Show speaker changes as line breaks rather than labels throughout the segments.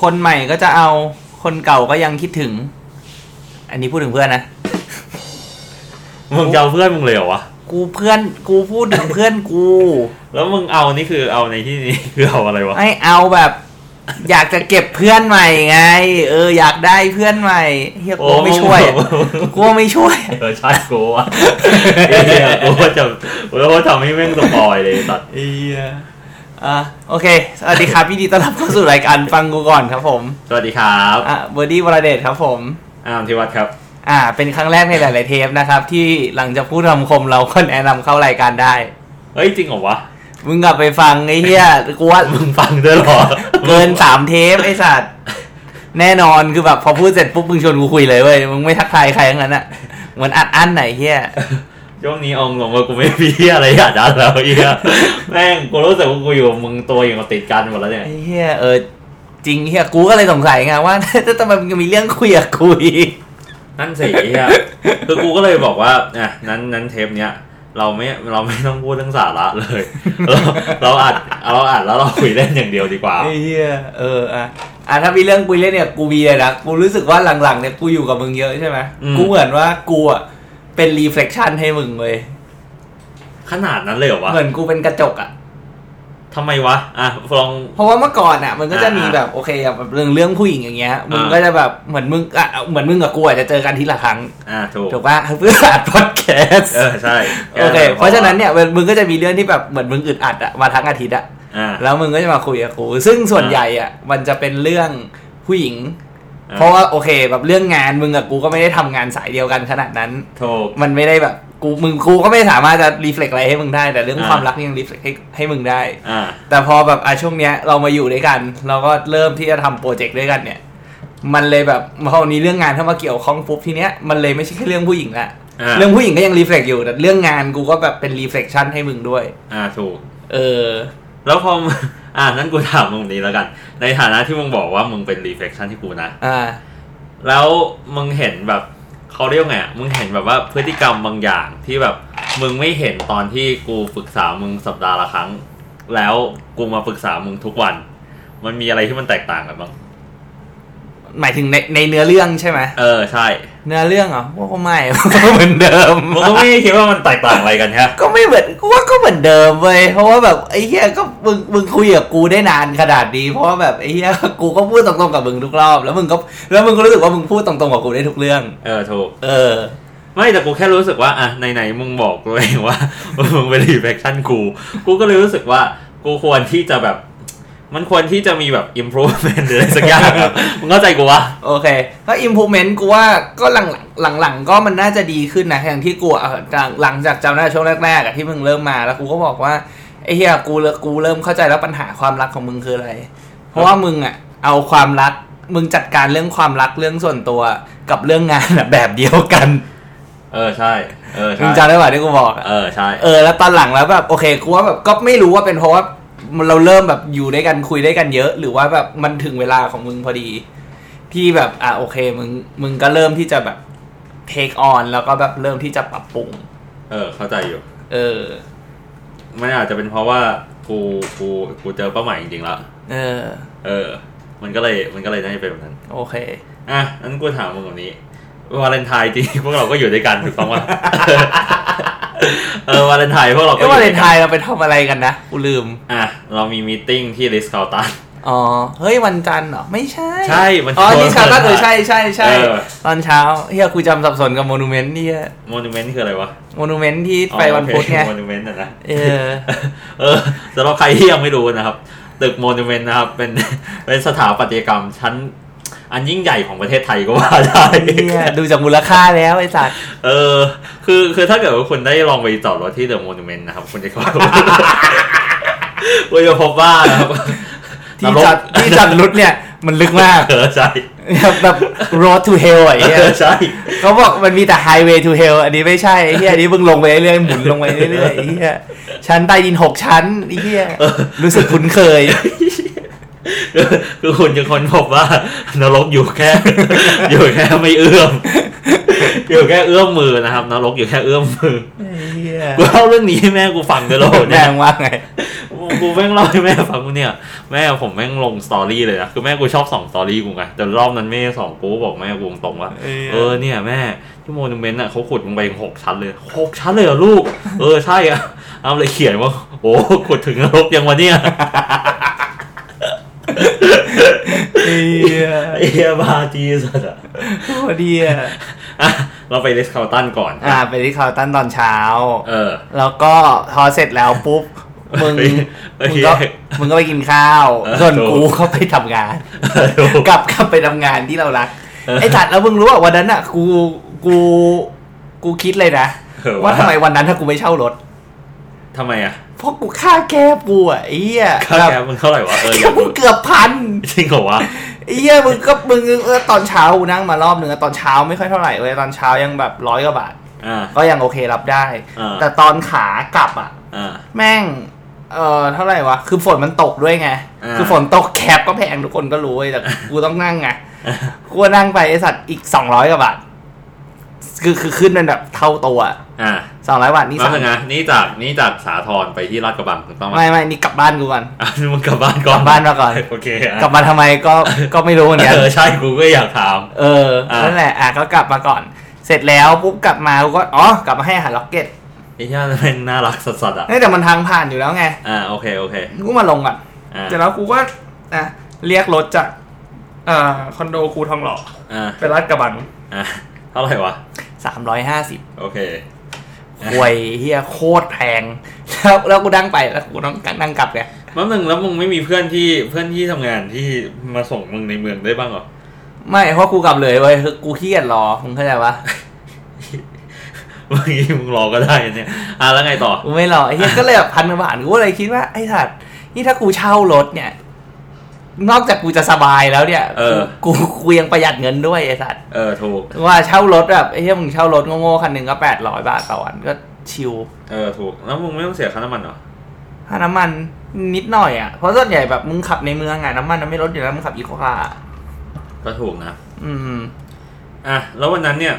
คนใหม่ก็จะเอา คนเก่าก็ยังคิดถึง อันนี้พูดถึงเพื่อนนะ
มึงจะเอาเพื่อนมึงเลยเหรอวะ
กูเพื่อน กูพูดถึงเพื่อน กู
แล้วมึงเอานี่คือเอาในที่นี้ คือเอาอะไรวะ
ไม่เอาแบบ อยากจะเก็บเพื่อนใหม่ไง เอออยากได้เพื่อนใหม่เฮียกูไม่ช่วย
โอ้โห
กูไม่ช่วย
เออใช่กูวะไอ้เหี้ยกูว่าจะกูว่าทำให้แม่งสปอยเลยไอ้สัตว์
เอียอ่ะโอเค สวัสดีครับ พี่ดีต้อนรับเข้าสู่รายการฟังกูก่อนครับผม
สวัสดีครับ
อ่ะเบอร์ดี้วรเดชครับผม
อามทิวัฒน์ครับ
อ่า เป็นครั้งแรกในหลาย ๆ เทปนะครับ ที่หลังจากพูดคำคมเราก็แนะนำเข้ารายการได้
เฮ้ยจริงเหรอวะ
มึงกลับไปฟังไอ้เหี้ยกูว่า
มึงฟังด้วยเหรอ
เกินสามเทปไอ้สัตว์แน่นอนคือแบบพอพูดเสร็จปุ๊บมึงชวนกูคุยเลยเว้ยมึงไม่ทักทายใครทั้งนั้นอะเหมือนอัดอั้นไหนเหี้ย
ช่วงนี้เองลงว่ากูไม่มีเหี้ยอะไรอยากดันแล้วไอ้เหี้ยแม่งกูรู้สึกว่ากูอยู่กับมึงตัวอยู่กับติดกันหมดแล้วเนี่ย
ไอ้เหี้ยเออจริงเหี้ยกูก็เลยสงสัยไงว่า ทำไมมึงยังมีเรื่องคุยกับกูอีก
นั่นสิไอ้เหี้ย คือกูก็เลยบอกว่าอ่ะนั้นนั้นเทปเนี้ยเราไม่เราไม่ต้องพูดเรื่องสาระเลย เราเราอัดเราอัดแล้วเราคุยเล่นอย่างเดียวดีกว่า
ไอ้เหี้ยเอออ่ะอ่ะถ้ามีเรื่องคุยเล่นเนี่ยกูมีเลยนะกูรู้สึกว่าหลังๆเนี่ยกูอยู่กับมึงเยอะใช่ไหม
อืม
กูเหมือนว่ากูอ่ะเป็น reflection ให้มึงเว้ย
ขนาดนั้นเลยเหรอวะ
เหมือนกูเป็นกระจกอ่ะ
ทำไมวะอ่ะลอง
เพราะว่าเมื่อก่อนอ่ะ มันก็จะมี
อ่า
แบบโอเคอ่ะแบบเรื่องเรื่องผู้หญิงอย่างเงี้ยมึง
อ่า
ก็จะแบบเหมือนมึงอ่ะเหมือนมึงกับกูอาจจะเจอกันทีละครั้ง
อ่ะถูก
ถูกป่ะเพื่ออัดพอดแคสต์
เออใช่
โอเค เพราะฉะนั้นเนี่ยมึงก็จะมีเรื่องที่แบบเหมือนมึงอึดอัดอ่ะมาทั้งอาทิตย์อ่ะ
อ่ะ
แล้วมึงก็จะมาคุยกับกู ซึ่งส่วนใหญ่อ่ะ มันจะเป็นเรื่องผู้หญิง
อ่า
เพราะว่าโอเค แบบเรื่องงานมึงกับกูก็ไม่ได้ทำงานสายเดียวกันขนาดนั้น
ถูก
มันไม่ได้แบบกูมึงกูก็ไม่สามารถจะรีเฟล็กอะไรให้มึงได้ แต่เรื่อง
อ่า
ความรักนี่ยังรีเฟล็กให้ให้มึงได้
อ่ะ
แต่พอแบบอ่ะช่วงเนี้ยเรามาอยู่ด้วยกัน เราก็เริ่มที่จะทำโปรเจกต์ด้วยกันเนี่ย มันเลยแบบพอนี้เรื่องงานเข้ามาเกี่ยวข้องปุ๊บทีเนี้ยมันเลยไม่ใช่แค่เรื่องผู้หญิงละ
อ่ะ
เรื่องผู้หญิงก็ยังรีเฟล็กอยู่แต่เรื่องงานกูก็แบบเป็นรีเฟล็กชันให้มึงด้วย
อ่ะถูก
เออ
แล้วพอมึง อ่ะนั้นกูถามมึงนี้แล้วกัน ในฐานะที่มึงบอกว่ามึงเป็น reflection ที่กูนะ
อ่า
แล้วมึงเห็นแบบเขาเรียกไงอ่ะมึงเห็นแบบว่าพฤติกรรมบางอย่างที่แบบมึงไม่เห็นตอนที่กูปรึกษามึงสัปดาห์ละครั้ง แล้วกูมาปรึกษามึงทุกวัน มันมีอะไรที่มันแตกต่างกันบ้าง
หมายถึงในในเนื้อเรื่องใช่ไหม
เออใช่
เนื้อเรื่องเหรอว่าก็ไม่ เหมือนเดิม
มึงก็ไม่ได้คิดว่ามันแตกต่างอะไรกันแฮะ
ก็ไม่เหมือนกูว่าก็เหมือนเดิมเว้ยเพราะว่าแบบไอ้เหี้ยก็มึงมึงคุยกับกูได้นานขนาดนี้เพราะว่าแบบไอ้เหี้ยกูก็พูดตรงๆกับมึงทุกรอบแล้วมึงก็แล้วมึงก็รู้สึกว่ามึงพูดตรงๆกับกูได้ทุกเรื่อง
เออถูก
เออ
ไม่แต่กูแค่รู้สึกว่าอ่ะไหนๆมึงบอกกูเองว่า มึงเป็นรีเฟคชั่นกู กูก็เลยรู้สึกว่ากูควรที่จะแบบ มันควรที่จะมีแบบ improvement หรืออะไรสักอย่างอะมึงเข้าใจกูวะ
โอเคก็ improvement กูว่าก็หลังหลังหลังๆก็มันน่าจะดีขึ้นนะอย่างที่กูอ่ะหลังจากจำได้ช่วงแรกๆอะที่มึงเริ่มมาแล้วกูก็บอกว่าไอ้เหี้ยกูเลิกูเริ่มเข้าใจแล้วปัญหาความรักของมึงคืออะไร เพราะว่ามึงอ่ะเอาความรักมึงจัดการเรื่องความรักเรื่องส่วนตัวกับเรื่องงานอะแบบเดียวกัน
เออใช่เออ
มึง
ใช่
จำได้ป่ะที่กูบอกอะ
เออใช่
เออแล้วตอนหลังแล้วแบบโอเคกูว่าแบบก็ไม่รู้ว่าเป็นเพราะว่าเราเริ่มแบบอยู่ด้วยกันคุยด้วยกันเยอะ หรือว่าแบบมันถึงเวลาของมึงพอดี ที่แบบอ่ะโอเคมึงมึงก็เริ่มที่จะแบบ take on แล้วก็แบบเริ่มที่จะปรับปรุง
เออเข้าใจอยู่
เออ
มันอาจจะเป็นเพราะว่ากูกูกูเจอเป้าหมายจริงๆแล้ว
เออ
เออ มันก็เลยมันก็เลยน่าจะเป็นแบบนั้น
โอเค
อ่ะนั้นกูถามมึงแบบนี้วาเลนไทน์จริง พวกเราก็อยู่ด้วยกันถูก ต้องปะ เออวาเลนไทน์พวกเราก็
เอ้
อยู่
วาเล
ด้วย
น
กั
ไทน์เราไปทำอะไรกันนะกูลืม
อ่ะเรามีมีติ้งที่ริสคาลตัน
อ๋อ เฮ้ยวันจันทร์เหรอ ไม่ใช่
ใช่วัน
อ๋อที่ชาวก็เออ
ใช่
ใช่ใช่ใช่
เออ
ตอนเช้าเฮียกูจำสับสนกับโมนูเมนต์ที่
โมนูเมนต์คืออะไรวะ
โมนูเมนต์ที่ไปวันพุธไง
โมนูเมนต์นะ นะ
เออ
เออสำหรับใครที่ยังไม่รู้นะครับ ตึกโมนูเมนต์นะครับ เป็น เป็นสถาปัตยกรรมชั้น อันยิ่งใหญ่ของประเทศไทยก็ว่าได้
เนี่ยดูจากมูลค่าแล้วไอ้สัตว์
เออ คือคือถ้าเกิดว่าคุณได้ลองไปจอดรถที่เดอะโมนูเมนต์นะครับ คุณจะก็ คุณจะพบว่านะครับ
ที่จัดที่จัดรุดเนี่ย มันลึกมาก
เออใช่
แบบ road to hell ไอ้เหี้ย
เอ อใช่
เขาบอกมันมีแต่ highway to hell อันนี้ไม่ใช่ไอ้เหี้ยอันนี้มึงลงไปเรื่อยๆหมุนลงไปเรื่อยๆไอ้เหี้ยชั้นใต้ดินหกชั้นไอ้เหี้ยรู้สึกคุ้นเคย
คือคือคุณจะค้นพบว่านรกอยู่แค่ อยู่แค่ไม่เอื้อม อยู่แค่เอื้อมมือนะครับนรกอยู่แค่เอื้อมมือ
ไอ้เหี้ย
กูเล่าเรื่องนี้ให้แม่กูฟังด้วยเหรอ
แด
เนี่ย
งว่าไง
กูแม่งเล่าให้แม่ฟังกูเนี่ย แม่ผมแม่งลงสตอรี่เลยนะคือแม่กูชอบสองสตอรี่กูไงแต่รอบนั้นแม่สองกูก็บอกแม่กูตรงๆว่า
เออ
เออเนี่ยแม่ที่โมนูเมนต์อ่ะเขาขุดลงไปหกชั้นเลยหกชั้นเลยเหรอ ลูก เออใช่อ่ะเอาเลยเขียนว่า โอ้ขุดถึงนรกยังวะเนี่ย
เอีย
ไอ้เฮียบาจีสัสอะ
โคตรดีอ่ะ
อ่ะเราไปเลสคาร์ตันก่อน
อ่าไปที่คาวตันตอนเช้า
เออ
แล้วก็พอเสร็จแล้วปุ๊บมึง
เฮ้ยเฮ้ย
มึงก็มึงก็ไปกินข้าว
เออ
ส่วน
ถูก
กูก็ไปทำงาน กลับกลับไปทำงานที่เรารัก
เออ
ไอ้สัตว์แล้วมึงรู้อ่ะวันนั้นอ่ะกูกูกูคิดเลยนะ
เออ
ว่าทำไมวันนั้นถ้ากูไม่เช่ารถ
ทำไมอ่ะ
เพราะกูค่าแก้กูอ่ะไอ้เหี้ย
ค่าแก๊บมึงเท่าไหร่วะเอออ
แก้
ยาก
มึ
รู้
งเกือบพัน
จริงเหรอวะ
ไอ้เหี้ยมึงก็มึงเออตอนเช้ากูนั่งมารอบหนึ่งอะตอนเช้าไม่ค่อยเท่าไหร่เว้ยตอนเช้ายังแบบร้อยกว่าบาท
อ่า
ก็ยังโอเครับได้
อ่า
แต่ตอนขากลับอ่ะ
อ่า
แม่งเออเท่าไหร่วะ คือฝนมันตกด้วยไง
อ่า
คือฝนตกแคปก็แพงทุกคนก็รู้เว้ยแต่กูต้องนั่ง ไงกูก็นั่งไปไอสัตว์อีกสองร้อยกว่าบาทคือคือขึ้นเป็นแบบเท่าตัว
อ่า
สองร้อยบาทนี่
แล้ว
สาม
เป็นไงนี่จากนี่จากสาทรไปที่ลาดกระบังถูกต้องไหม
ไม่ไม่นี่กลับบ้านกูก่อน
อ่ะมึงกลับบ้านก่อน
กลับบ้านมาก่อน
โอเคอ่ะ
กลับมาทำไมก็ก็ไม่รู้เหมือนกัน
เออใช่กูก็อยากถาม
เออ
อ่ะ
นั่นแหละ อ่ะก็กลับมาก่อน เสร็จแล้วปุ๊บกลับมากูก็ อ๋อ กลับมาให้อาหารล็อกเก็ต
ไอ้เหี้ยมันน่ารักสัสๆอ่ะ
เนื่องจากมันทางผ่านอยู่แล้วไง
อ่าโอเคโอเค
กูมาลงก่อน
อ่า
เสร็จแล้วกูก็ อ่ะ เรียกรถจากเอ่อคอนโดกูทองหล่อ
อ่า
ไปรัดกระบัง
อ่าเท่าไหร่วะ
สามร้อยห้าสิบ
โอเค
หวยเฮียโคตรแพง แล้วแล้วกูดังไป แล้วกูต้องนั่งกลับเนี่ย
มันหนึ่งแล้วมึงไม่มีเพื่อนที่เพื่อนที่ทำงานที่มาส่งมึงในเมืองได้บ้างเหรอ
ไม่ เพราะกูกลับเลยเว้ยคือกูเครียดรอมึงเข้าใจปะ
บางทีมึงรอก็ได้เนี่ยอ่ะแล้วไงต่อ
กูไม่รอไอ้เฮียก็เลยแบบพันกว่าบาทกูก็เลยคิดว่าไอ้สัตว์นี่ถ้ากูเช่ารถเนี่ย นอกจากกูจะสบายแล้วเนี่ย
เออ
กูกูยังประหยัดเงินด้วยไอ้สัตว์
เออถูก
ว่าเช่ารถแบบไอ้เหี้ยมึงเช่ารถโง่ๆคันหนึ่งก็แปดร้อยบาทต่อวันก็ชิว
เออถูก แล้วมึงไม่ต้องเสียค่าน้ำมันเหรอ
ค่าน้ำมันนิดหน่อยอ่ะ เพราะส่วนใหญ่แบบมึงขับในเมืองอ่ะน้ำมันมันไม่ลดอยู่แล้วมึงขับอีโคคาร์
ก็ถูกนะ
อืม
อ่ะแล้ววันนั้นเนี่ย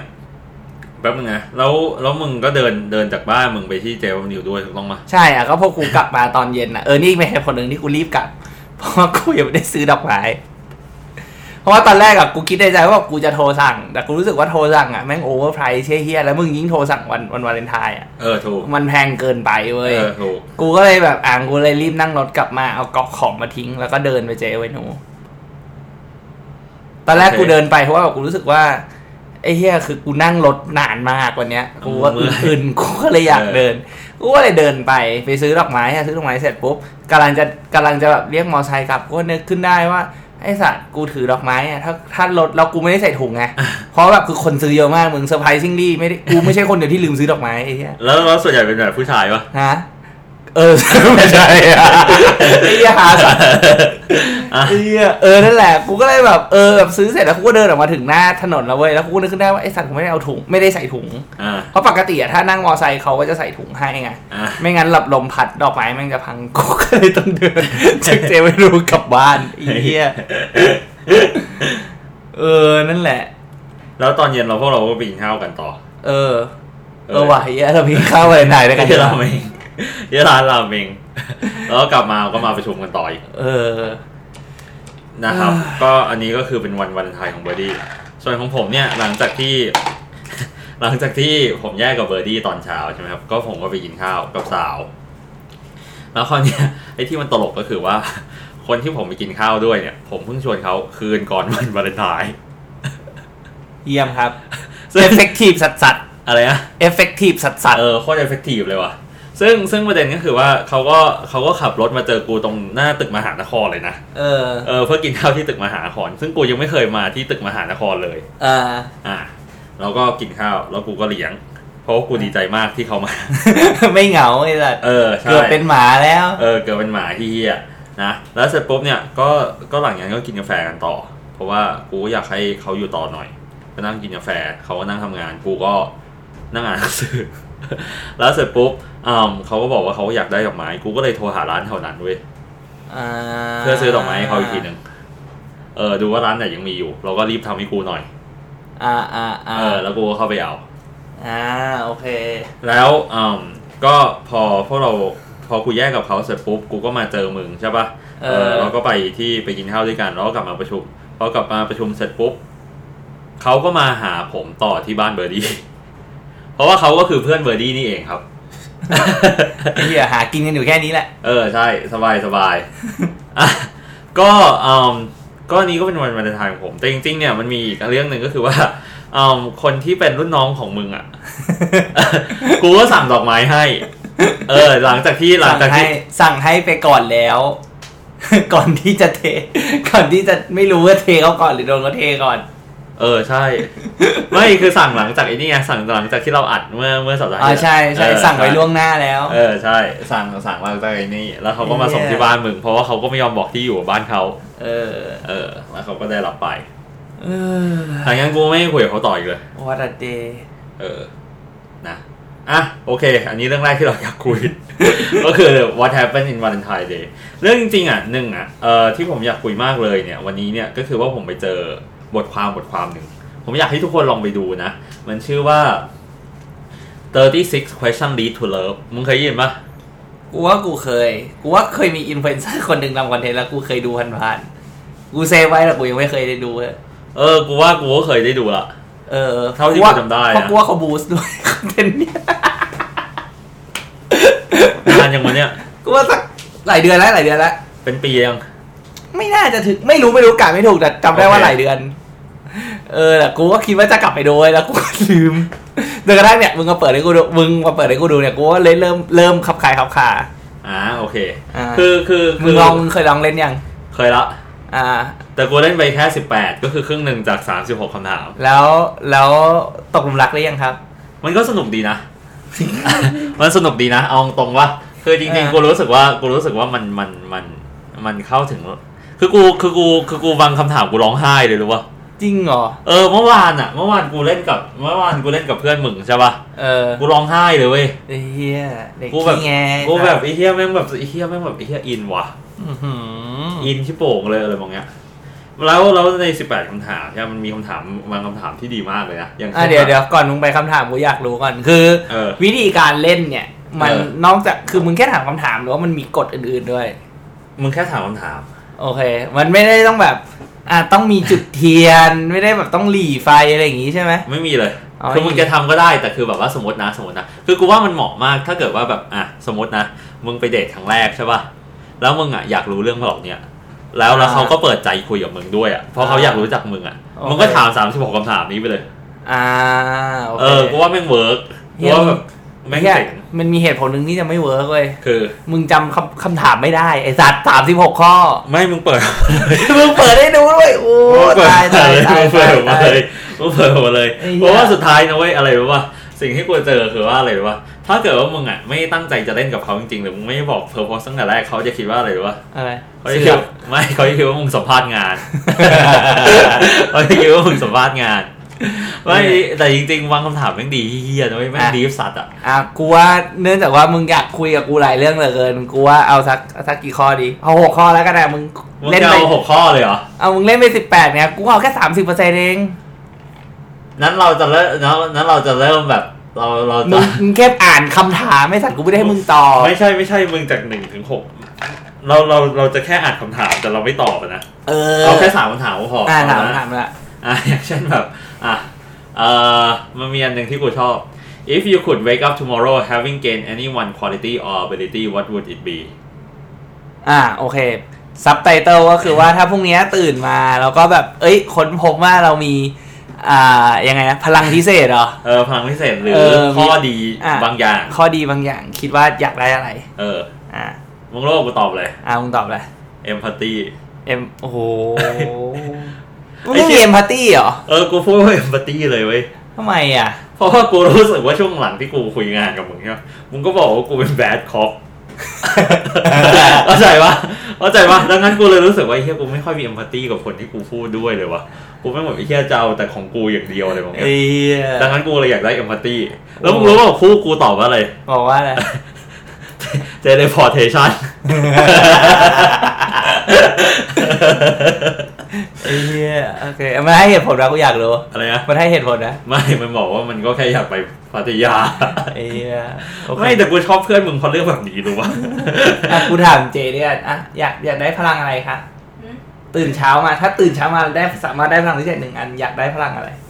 แป๊บนึงนะแล้วแล้วมึงก็เดินเดินจากบ้านมึงไปที่เจวนิวด้วยถูกต้องไหม
ใช่อ่ะก็พอกูกลับมาตอนเย็นอ่ะเออนี่เป็นเหตุผลหนึ่งที่กูรีบกลับ เพราะว่ากูยังไม่ได้ซื้อดอกไม้เพราะว่าตอนแรกอ่ะกูคิดในใจว่ากูจะโทรสั่ง แต่กูรู้สึกว่าโทรสั่งอ่ะแม่งโอเวอร์ไพรส์เฮี้ยๆแล้วมึงยิ่งโทรสั่งวันวันวาเลนไทน์อ่ะ
เออถูก
มันแพงเกินไป
เอ
เว้ย
อถูก
กูก็เลยแบบอ่างกูเลยรีบนั่งรถกลับมาเอากอกของมาทิ้ง แล้วก็เดินไปเจเวนู ตอนแรกกูเดินไปเพราะว่ากูรู้สึกว่าไอ้เฮียคือกูนั่งรถนานมากวันเนี้ยกูว่าอึนๆกูก็เลยอยากเดินกูก็เลยเดินไปไปซื้อดอกไม้อะซื้อดอกไม้เสร็จปุ๊บกำลังจะกำลังจะแบบเรียกมอไซค์กลับกูก็นึกขึ้นได้ว่าไอ้สัตว์กูถือดอกไม้อะถ้าถ้ารถแล้วกูไม่ได้ใส่ถุงไงเพราะแบบคือคนซื้อเยอะมากมึงเซอร์ไพรส์ซิ่งลี่ไม่ได้กูไม่ใช่คนเดียวที่ลืมซื้อดอกไม้ไอ้เหี้ย
แล้วแล้วส่วนใหญ่เป็นแบบผู้ชายปะ
ฮะเออ ไม่ใช่อะไอ้เหี้ยหาสัตว์
อ่ะ
เออเออนั่นแหละกูก็เลยแบบเออแบบซื้อเสร็จแล้วกูก็เดินออกมาถึงหน้าถนนแล้วเว้ยแล้วกูก็นึกขึ้นได้ว่าไอ้สัตว์กูไม่ได้เอาถุงไม่ได้ใส่ถุง
อ่ะ
เพราะปกติอะถ้านั่งมอไซค์เขาก็จะใส่ถุงให้ไง
อ่ะ
ไม่งั้นหลับลมพัดดอกไม้แมันจะพังกูก็เลยต้องเดินจากเจไม่รู้กลับบ้านไอ้เหี้ยเออนั่นแหละ
แล้วตอนเย็นเราพวกเราก็ไปกินข้าวกันต่อ
เออเออว่ะไอ้เหี้ยเราพิงข้าวไปไหนด้วยกัน
ที่ราเมงที่ร้านราเมงแล้วก็กลับมาก็มาประชุมกันต่ออีก
เออ
นะครับ
อ่า
ก็อันนี้ก็คือเป็นวันวันไทยของเบอร์ดี้ส่วนของผมเนี่ยหลังจากที่ หลังจากที่ผมแยกกับเบอร์ดี้ตอนเช้าใช่ไหมครับ ก็ผมก็ไปกินข้าวกับสาว แล้วคราวเนี้ย ไอ้ที่มันตลกก็คือว่า คนที่ผมไปกินข้าวด้วยเนี่ย ผมเพิ่งชวนเขาคืน ก่อนวันวาเลนไทน์
เยี่ยมครับ
ซึ่
เอง ฟเฟกตีฟสัตสัต
อะไรนะ
เอฟเฟกตีฟสัตสัต
เออโคตรเอฟเฟกตีฟเลยว่ะ ซึ่งซึ่งประเด็นก็คือว่าเขาก็เขาก็ขับรถมาเจอกูตรงหน้าตึกมหานครเลยนะ
เออ
เออเพื่อกินข้าวที่ตึกมหานคร ซึ่งกูยังไม่เคยมาที่ตึกมหานครเลย
เออ
อ่ะแล้วก็กินข้าวแล้วกูก็เลี้ยง เพราะว่ากูดีใจมากที่ เขามา
ไม่เหงาไอ้สัตว์
เออใช่
เกิดเป็นหมาแล้ว
เออเกิดเป็นหมาที่เฮียนะแล้วเสร็จปุ๊บเนี่ยก็ก็หลังจากนั้นก็กินกาแฟกันต่อ เพราะว่ากูก็อยากให้เขาอยู่ต่อหน่อยก็นั่งกินกาแฟเขาก็นั่งทำงาน กูก็นั่งอ่านหนังสือ แล้วเสร็จปุ๊บอ่าเขาก็บอกว่าเขาอยากได้ดอกไม้กูก็เลยโทรหาร้านแถวนั้นเว้ย เพื่อซื้อดอกไม้ให้เขาอีกทีหนึ่งเออดูว่าร้านไหนยังมีอยู่ เราก็รีบทำให้กูหน่อย
อ่าอ่าอ่า
เออ แล้วกูก็เข้าไปเอา
อ่าโอเค
แล้วอืมก็พอพวกเรา พอกูแยกกับเขาเสร็จปุ๊บกูก็มาเจอมึงใช่ปะ
เออ
เราก็ไปที่ไปกินข้าวด้วยกันแล้วก็กลับมาประชุมพอกลับมาประชุมเสร็จปุ๊บเขาก็มาหาผมต่อที่บ้านเบอร์ดี้ เพราะว่าเขาก็คือเพื่อนเบอร์ดี้นี่เองครับ
ไอ้เหี้ยหากินกันอยู่แค่นี้แหละ
เออ ใช่ สบายสบาย อ่ะก็อืมก็อันนี้ก็เป็นวันวันไทายของผม แต่จริงๆเนี่ยมันมีอีกเรื่องหนึ่งก็คือว่าอืมคนที่เป็นรุ่นน้องของมึง อ่ะ กูก็สั่งดอกไม้ให้ เออ หลังจากที่หลัง
สั่ง
จาก
ให้
ที่
สั่งให้ไปก่อนแล้ว ก่อนที่จะเท ก่อนที่จะไม่รู้ว่าเทเขาก่อนหรือโดนเขาเทก่อน
เออ ใช่ ไม่คือสั่งหลังจากไอ้นี่ไงสั่งหลังจากที่เราอัดเมื่อเมื่อสัปดาห์
อ๋อ
ที่แล้ว
ใช่ใช่
เออ
สั่งไว้
ใช่
ล่วงหน้าแล้ว
เออ ใช่ สั่งสั่งหลังจากไอ้นี่ แล้วเขาก็มาส่ง
เนี่ย
ที่บ้านมึง เพราะว่าเขาก็ไม่ยอมบอกที่อยู่บ้านเขา
เออ
เออ แล้วเขาก็ได้รับไป
เอ อ
หลังจากนั้นกูไม่ได้คุยกับเขาต่ออีกเลย
what a day
เออ นะ อ่ะ โอเค อันนี้เรื่องแรกที่เราอยากคุย ก็คือ what happened in Valentine Day เรื่องจริงๆอ่ะหนึ่งอ่ะ เอ่อ ที่ผมอยากคุยมากเลยเนี่ย วันนี้เนี่ย ก็คือว่าผมไปเจอบทความบทความหนึ่ง ผมอยากให้ทุกคนลองไปดูนะ มันชื่อว่า 36 question lead to love มึงเคยได้ยินปะ
กูว่ากูเคย กูว่าเคยมีอินฟลูเอนเซอร์คนหนึ่งทำคอนเทนต์แล้วกูเคยดูผ่านๆกูเซฟไว้แต่กูยังไม่เคยได้ดูเลย
เออ กูว่ากูก็เคยได้ดูละ
เออ
เท่าที่
พระว่
กูจำได้นะ
เพราะกูว่าเขาบูสต์ด้วย คอนเทนต์เนี่ย
นานยังวันเนี้ย
กูว่าสักหลายเดือนแล้วหลายเดือนแล้ว
เป็นปียัง
ไม่น่าจะถึงไม่รู้ไม่รู้กะไม่ถูกแต่จำได้ว่า
โอเค
หลายเดือน เออแต่กูก็คิดว่าจะกลับไปดูเว้ยแล้วกูก็ลืม จนกระทั่งเนี่ยมึงมาเปิดให้กูดูมึงมาเปิดให้กูดูเนี่ยกูก็เลยเริ่มเริ่มขับขายขับขา
อ่า โอเค
อ่า
คือ คือ
มึ
คื
งลองมึงเคยลองเล่นยัง
เคยละ
อ่า
แต่กูเล่นไปแค่ 18 ก็คือครึ่งหนึ่งจาก 36คำถาม
แล้วแล้วตกหลุมรักได้ยังครับ
มันก็สนุก ดีนะ มันสนุกดีนะ เอาตรงๆว่า คือจริง
อ่า
ๆ กูรู้สึกว่า กูรู้สึกว่ามัน มัน มัน มันเข้าถึง คือกู คือกู คือกูฟังคำถามกูร้องไห้เลยรู้ป่ะ
จริงเหรอ
เออ เมื่อวานอะเมื่อวานกูเล่นกับ เมื่อวานกูเล่นกับเพื่อนมึงใช่ป่ะ
เออ
กูร้องไห้เลยเว้ย
ไอ้เฮียเด็ก
กูแบบ
ขี้แง
กูแบบไอ้เฮียแม่งแบบไอ้เฮียแม่งแบบไอ้เฮียอินว่ะ
อื้อหือ
อินชิโป่งเลยอะไรมองเงี้ย แล้วแล้วใน 18คำถามใช่ไหมมันมีคำถามบางคำถามที่ดีมากเลยนะ อย่าง
อ่ะ
น
เดี๋ยวเดี๋ยวก่อนมึงไปคำถามกูอยากรู้ก่อนคือ
เออ
วิธีการเล่นเนี่ย มัน
เออ
นอกจากคือมึงแค่ถามคำถามหรือว่ามันมีกฎอื่นๆด้วย
มึงแค่ถามคำถาม
โอเค มันไม่ได้ต้องแบบ อ่าต้องมีจุดเทียน ไม่ได้แบบต้องหลี่ไฟอะไรอย่างงี้ใช่ไหม
ไม่มีเลย
เอา
คือ
ไม่มี
มึงจะทำก็ได้แต่คือแบบว่าสมมตินะสมมตินะ คือกูว่ามันเหมาะมากถ้าเกิดว่าแบบอ่ะสมมตินะ มึงไปเดทครั้งแรกใช่ป่ะ แล้วมึงอ่ะอยากรู้เรื่องของเนี่ยแล้วแล้วเขาก็เปิดใจคุยกับมึงด้วยอ่ะ เพราะเขาอยากรู้จักมึงอ่ะ มึงก็ถามสามสิบหกคำถามนี้ไปเลย
อ่าโอ
เอ
เค
อ กูว่าแม่งเวิร์ก
เหี้ย
กูว่าแบบแม่ง
เนี่ย
เจ๋ง
มันมีเหตุผลหนึ่งที่จะไม่เวิร์กเลย
คือ
มึงจำคำคำถามไม่ได้ไอ้สัตว์สามสิบหกข้อ
ไม่ มึงเปิด
มึงเปิดให้ดูด้วย โอ้
มึงเปิด
ตายตายตาย
มึงเปิ
ตา
ด
ย
มา
ตาย
เลยมึงเปิดมาเลย
ไอ้เหี้ย
เพราะว่าสุดท้ายนะเว้ยอะไรรู้ป่ะสิ่งที่กูเจอคือว่าอะไรรู้ป่ะถ้าเกิดว่ามึงอ่ะไม่ตั้งใจจะเล่นกับเขาจริงๆหรือมึงไม่บอกเพอร์โพสตั้งแต่แรกเขาจะคิดว่าอะไรรู้ป่ะ
อะไร
เขาจะคิดว่าไม่เขาจะคิดว่ามึงสัมภาษณ์ งาน เขาจะคิดว่ามึงสัมภาษณ์งานไม่แต่จริงๆวางคำถามแม่งดีเฮียนะเว้ยแม่งดีฟสัตว์อ่ะ
อ่ะกูว่าเนื่องจากว่ามึงอยากคุยกับกูหลายเรื่องเหลือเกิน กูว่าเอาสักเอาสักกี่ข้อดีเอาหกข้อแล้วกันนะมึง
มึง
เล่น
จะ
ไป
เอาหกข้อเลยเหรอ
เอามึงเล่นไปสิบแปดเนี่ยกูเอาแค่สามสิบเปอร์เซ็นต์เอง
นั้นเราจะเริ่มนั้นเราจะเริ่มแบบเราเรา
มึ
จะ
งมึงแค่อ่านคำถามไม่สัตว์กูไม่ได้ให้มึงตอบ
ไม่ใช่ไม่ใช่มึงจากหนึ่งถึงหกเราเราเราจะแค่อ่านคำถามแต่เราไม่ตอบอะนะ
เออ
เอาแค่สามคำถามก็พอ
อ่าถาม
เอนะ
ถามละ
อ่ะ อย่างเช่นแบบอ่ะเอ่อมันมีอันหนึ่งที่กูชอบ if you could wake up tomorrow having gained any one quality or ability what would it be
อ่าโอเคซับไตเติลก็คือว่าถ้าพรุ่งนี้ตื่นมาแล้วก็แบบ เอ้ยค้นพบว่าเรามี อ่ายังไงนะพลังพิเศษเหรอ
เออพลังพิเศษหรือ
เออมี
ข้อดี
อ่ะ
บางอย่าง
ข้อดีบางอย่างคิดว่าอยากได้อะไร
เออ
อ่า
มึงโลกกูตอบเลย
อ่ามึงตอบเลย
empathy
เอ็มโอ้โหมึง
ไอ้
ไม่มี
เหี้ย
เอ็มพัตตี้เหรอ
เออกูพูดว่า empathy เลยเว้ย
ทำไมอ่ะ
เพราะว่ากูรู้สึกว่าช่วงหลังที่กูคุยงานกับมึงใช่ไหมมึงก็บอกว่ากูเป็นแบดค อป เข้าใจปะเข้าใจปะดังนั้นกูเลยรู้สึกว่าไอ้เฮียกูไม่ค่อยมีเอมพัตตีกับคนที่กูพูดด้วยเลยวะกูไม่เหมือนไอ้เฮียจะเอาแต่ของกูอย่างเดียวอะไรแบบเนี้ย
เอ้ย
ดังนั้นกูเลยอยากได้เอมพัตตีแล้วมึงรู้ว่าคู่กูตอบว่าอะไร
บอกว่าอะไร
เจเดพอเทชัน
ไอ้เหี้ยโอเคมันให้เหตุผลนะกูอยากรู้
อะไรนะ
มันให้เหตุผลนะ
ไม่มันบอกว่ามันก็แค่อยากไปพัทยา
ไอ้เหี้ยโอเค
ไม่แต่กูชอบเพื่อนมึงเพราะเรื่องแบบนี้รู้ ป่ะ
อ่ะกูถามเจเนี่ยอ่ะอยากอยากได้พลังอะไรคะ
หืม
ตื่นเช้ามาถ้าตื่นเช้ามาได้สามารถได้พลังพิเศษหนึ่งอันอยากได้พลังอะไร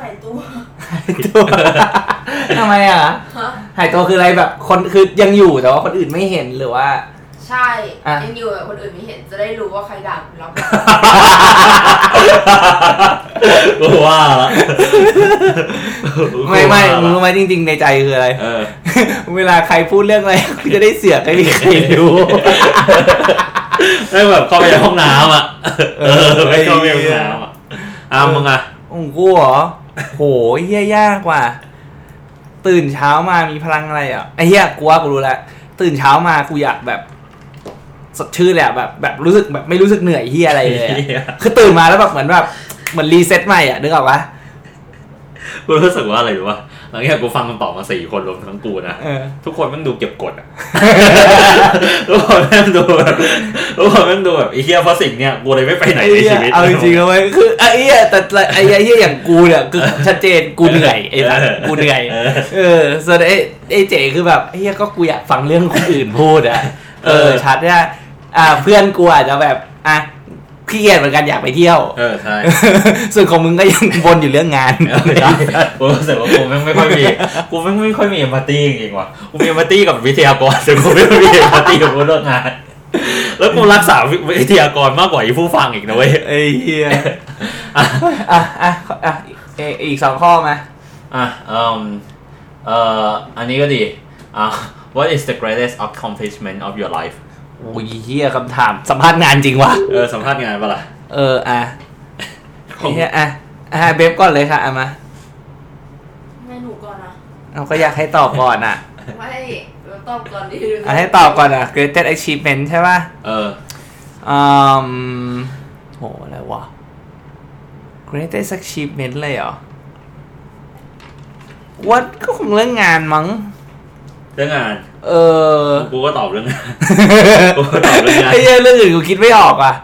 หายตัว
หายตัว ทำไมอ่ะ
ฮะ
หายตัวคืออะไรแบบคนคือยังอยู่แต่ว่าคนอื่นไม่เห็นหรือว่า
ใช่
อ่ะ
ยังอยู่แบบคนอื่นไม่เห็นจะได้รู้ว่าใครด่ากูแล้ว
กูว่าละ
ไม่ไม่
กู
มึงรู้
ว่าละ
ไหมจริง ๆ ในใจคืออะไร
เออ
เวลาใครพูดเรื่องอะไร กูจะได้เสียกไม่มีใครรู้
ได้แบบเข้าไปในห้องน้ำอ่ะ เออไม่เข้าไปในห้องน้ำอ่ะอ่ะ
เออ
มึงอ่ะ
ของกูเหรอโหเฮี้ยยากกว่า ตื่นเช้ามามีพลังอะไรอ่ะไอ้เฮี้ยกูว่ากูรู้ละตื่นเช้ามากูอยากแบบ สดชื่นเลยอ่ะแบบแบบรู้สึกแบบไม่รู้สึกเหนื่อยเฮี้ยอะไรเลยอะ
เหี้ย
คือตื่นมาแล้วแบบเหมือนแบบเหมือนรีเซ็ตใหม่อ่ะนึกออกปะ
กูรู้สึกว่าอะไรรู้ป่ะหลังจากกูฟังคำตอบมาสี่คนรวมทั้งกูนะ
เออ
ทุกคนแมันดูเก็บกด อ่ะ ทุกคนแมันดูแบบทุกคนแมันดูแบบไอ้เหี้ยเพราะสิ่งเนี้ยกูเลยไม่ไปไหนในชีวิต
เอาจริงๆเอาไว้คือไอ้เหี้ยแต่ละไอ้เหี้ยอย่างกูเนี่ยคือชัดเจนกูเหนื่อยไอ้สัส
เออ
กูเหนื่อย
เออ
เออส่วนไอ้ไอ้เจ๋คือแบบไอ้เหี้ยก็กูอยากฟังเรื่องคนอื่น พูดอ่ะเออชัดเนี่ยอ่ะเพื่อนกูอาจจะแบบอ่ะขี้เกียจเหมือนกันอยากไปเที่ยว
เออใช่
ส่วนของมึงก็ยังวน อยู่เรื่องงาน
กูรู้สึกว่ากูแม่งไม่ค่อยมีกูแม่งไม่ค่อยมีเอมพัตตี้จริงๆว่ะกูมีเอมพัตตี้กับวิทยากรแต่กูไม่มีเอมพัตตี้กับผู้ร่วมงาน แล้วกูรักษาวิทยากรมากกว่าไอ้ผู้ฟังอีกนะเว้ย
ไอ้เหี้ยอ่ะอ่ะอ่ะเอ่ออีกสองข้อมา
อ่ะเอ่มเอ่ออันนี้ก็ดีอ่ะ What is the greatest accomplishment of your life
โอ้ยเหี้ยคำถามสัมภาษณ์งานจริงวะ
เออสัมภาษณ์งานปะล่ะ
เอออ่ะไอ้เหี้ยอ่ะอ่ะเบฟก่อนเลยค่ะเอามา
ไม่หนูก่อนนะ
เราก็อยากให้ตอบก่อนอ่ะ
ไม่เราตอบก่อนดี
อ่ะให้ตอบก่อนอ่ะ greatest achievement ใช่ป่ะ
เออ
อืมโหอะไรวะ greatest achievement เลยเหรอวัดก็คงเรื่องงานมั้ง
เรื่องงาน
เออ
กูก็ตอบเรื่องงาน กูก็ตอบเรื่องงาน
ไอ้เหี้ยเรื่องอื่นกูคิดไม่ออกอ่ะ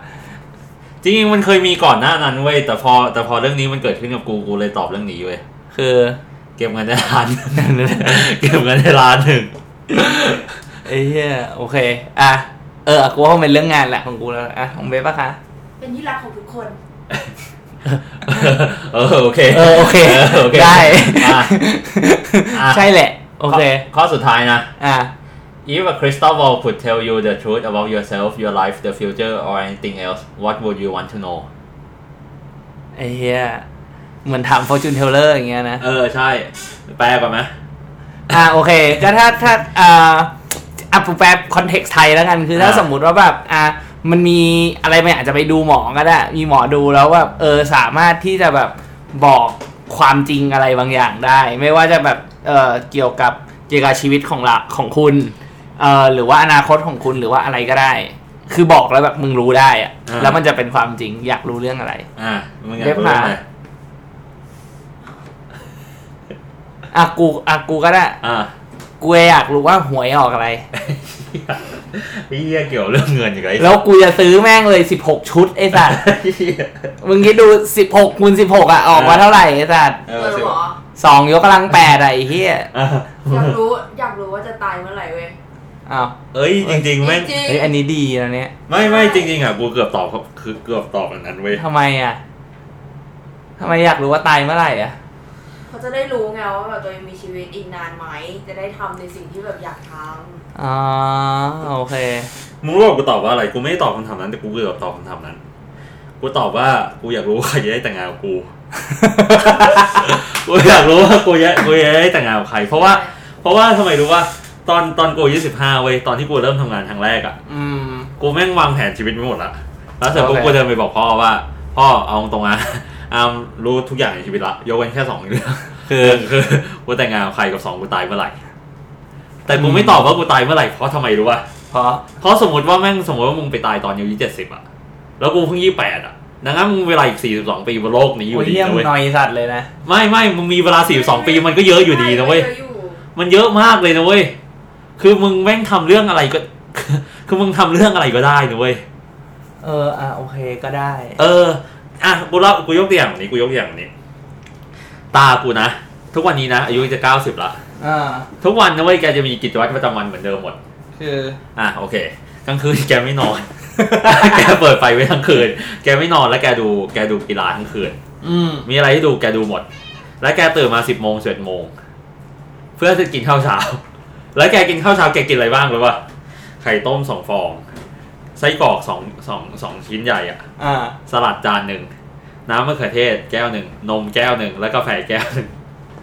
จริงๆมันเคยมีก่อนหน้านั้นเว้ยแต่พอแต่พอเรื่องนี้มันเกิดขึ้นกับกูกูเลยตอบเรื่องนี้เว้ย
คือ
เก็บเงินได้ล้าน เก็บเงินได้ล้านหนึ่ง
ไอ้เหี้ยโอเค อ่ะ เออกูว่าคงเป็นเรื่องงานแหละของกูแล้วอ่ะของเบฟปะคะ
เป็นที่รักของทุกคน
เออโอเค
เออโอเค
โอเค
ได้
อ่ะ อ่ะ
ใช่แหละ โอเค
ข้อสุดท้ายนะ
อ่ะ
If a crystal ball could tell you the truth about yourself your life the future or anything else what would you want to know
ไอ้เหี้ยเหมือนถามฟอร์จูนเทเลอร์อย่างเงี้ยนะ
เออ ใช่ แปลก่อนไหม
อ่าโอเคก็ถ้าถ้าอ่าอ่ะแปลคอนเท็กซ์ไทยแล้วกันคือถ้าสมมุติว่าแบบอ่ามันมีอะไรมันอาจจะไปดูหมอก็ได้ มีหมอดูแล้วแบบเออสามารถที่จะแบบบอกความจริงอะไรบางอย่างได้ ไม่ว่าจะแบบเออเกี่ยวกับเกี่ยวกับชีวิตของละของคุณเออหรือว่าอนาคตของคุณหรือว่าอะไรก็ได้ คือบอกแล้วแบบมึงรู้ได้อะแล้วมันจะเป็นความจริงอยากรู้เรื่องอะไร
อ่ะมึงอยาก
เว็บ
รู้
หา
ไหม
อ่ะกูอ่ะกูก็ได้
อ่ะ
กูอยากรู้ว่าหวยออกอะไร
เฮียเกี่ยวเรื่องเงินอีกไอ้
แล้วกูจะซื้อแม่งเลยสิบหกชุดไอ้สัตว์
เหี้ย
มึงคิดดูสิบหกคูณสิบหกอ่ะ ออกมาเท่าไหร่ไอ้สัตว์
เอ
เอ
อ
อ
สิ
เหรอ
สองยกกำลังแปดอะไอ้เหี้ย
อ่ะ
อยากรู้อยากรู้ว่าจะตายเมื่อไหร่เว้ย
อ้าว
เอ้ยจริงๆแม่ง
จริง
เฮ้ยอันนี้ดีนะเนี่ย
ไม่ไม่จริงๆอ่ะกูเกือบตอบคือเกือบตอบอันนั้นเว้ย
ทำไมอ่ะทำไมอยากรู้ว่าตายเมื่อไหร่อ่ะ
เขาจะได้รู้ไงว่าแบบตัวเองมีชีวิตอีกนานไหมจะได้ทำในสิ่งที่แบบอยากท
อ๋อ โอเค
มึงรู้ว่ากูตอบว่าอะไร กูไม่ได้ตอบคำถามนั้นแต่กูเกือบตอบคำถามนั้น กูตอบว่ากูอยากรู้ว่าใครจะได้แต่งงานกับกู กูอยากรู้ว่ากูจะกูจะได้แต่งงานกับใคร
ำ
เพราะว่า เพราะว่าทำไมรู้ว่าตอนตอนกูอายุสิบห้าเว้ยตอนที่กูเริ่มทำงานครั้งแรกอะ
อืม
กูแม่งวางแผนชีวิตไม่หมดละแล้วเสร็จปุ๊บ
โอเค
กูเดินไปบอกพ่อว่า พ่อเอาตรงๆนะ อามรู้ทุกอย่างในชีวิตละยกเว้นแค่ส องเรื่อง
คือ
คือกูแต่งงานกับใครกับสองกูตายเมื่อไหร่ แต่กูไม่ตอบว่ากูตายเมื่อไหร่เพราะทำไมรู้ว่า
เพราะ
เพราะสมมติว่าแม่งสมมติว่ามึงไปตายตอนอายุเจ็ดสิบอะแล้วกูเพิ่งยี่แปดอะดังนั้นมึงเวลาอีกสี่สิบสองปีบนโลกนี้อ
โอ้
ยู่
ย
ดี
เยี่ยม
นะ
ง
เว้ย
นอยสัตว์เลยนะ
ไม่ไม่มึงมีเวลาสี่สิบสองปีมันก็เยอะอยู่ดีนะเว้ย
ใช่ก็เอะอยู่
มันเยอะมากเลยนะเว้ยคือมึงแม่งทำเรื่องอะไรก็ คือมึงทำเรื่องอะไรก็ได้นะเว้ย
เอออ่ะโอเคก็ได้
เออ อ่ะ กูเล่ากูยกตัวอย่างนี้ กูยกตัวอย่างนี้ ตากูนะ ทุกวันนี้นะ อายุจะเก้าสิบละ
อ่า
ทุกวันนะเว้ย แกจะมีกิจวัตรประจำวันเหมือนเดิมหมด
คือ
อ่ะ โอเค กลางคืน แกไม่นอน แกเปิดไฟไว้ทั้งคืน แกไม่นอนแล้วแกดู แกดูกีฬาทั้งคืน
อืม
มีอะไรที่ดูแกดูหมด แล้วแกตื่นมาสิบโมงสิบเอ็ดโมง เพื่อจะกินข้าวเช้า แล้วแกกินข้าวเช้าแกกินอะไรบ้างรู้ป่ะ ไข่ต้มสองฟอง ไส้กรอกสองสองสองชิ้นใหญ่อะ
อ่า
สลัดจานหนึ่ง น้ำมะเขือเทศแก้วหนึ่ง นมแก้วหนึ่ง แล้วกาแฟแก้วหนึ่ง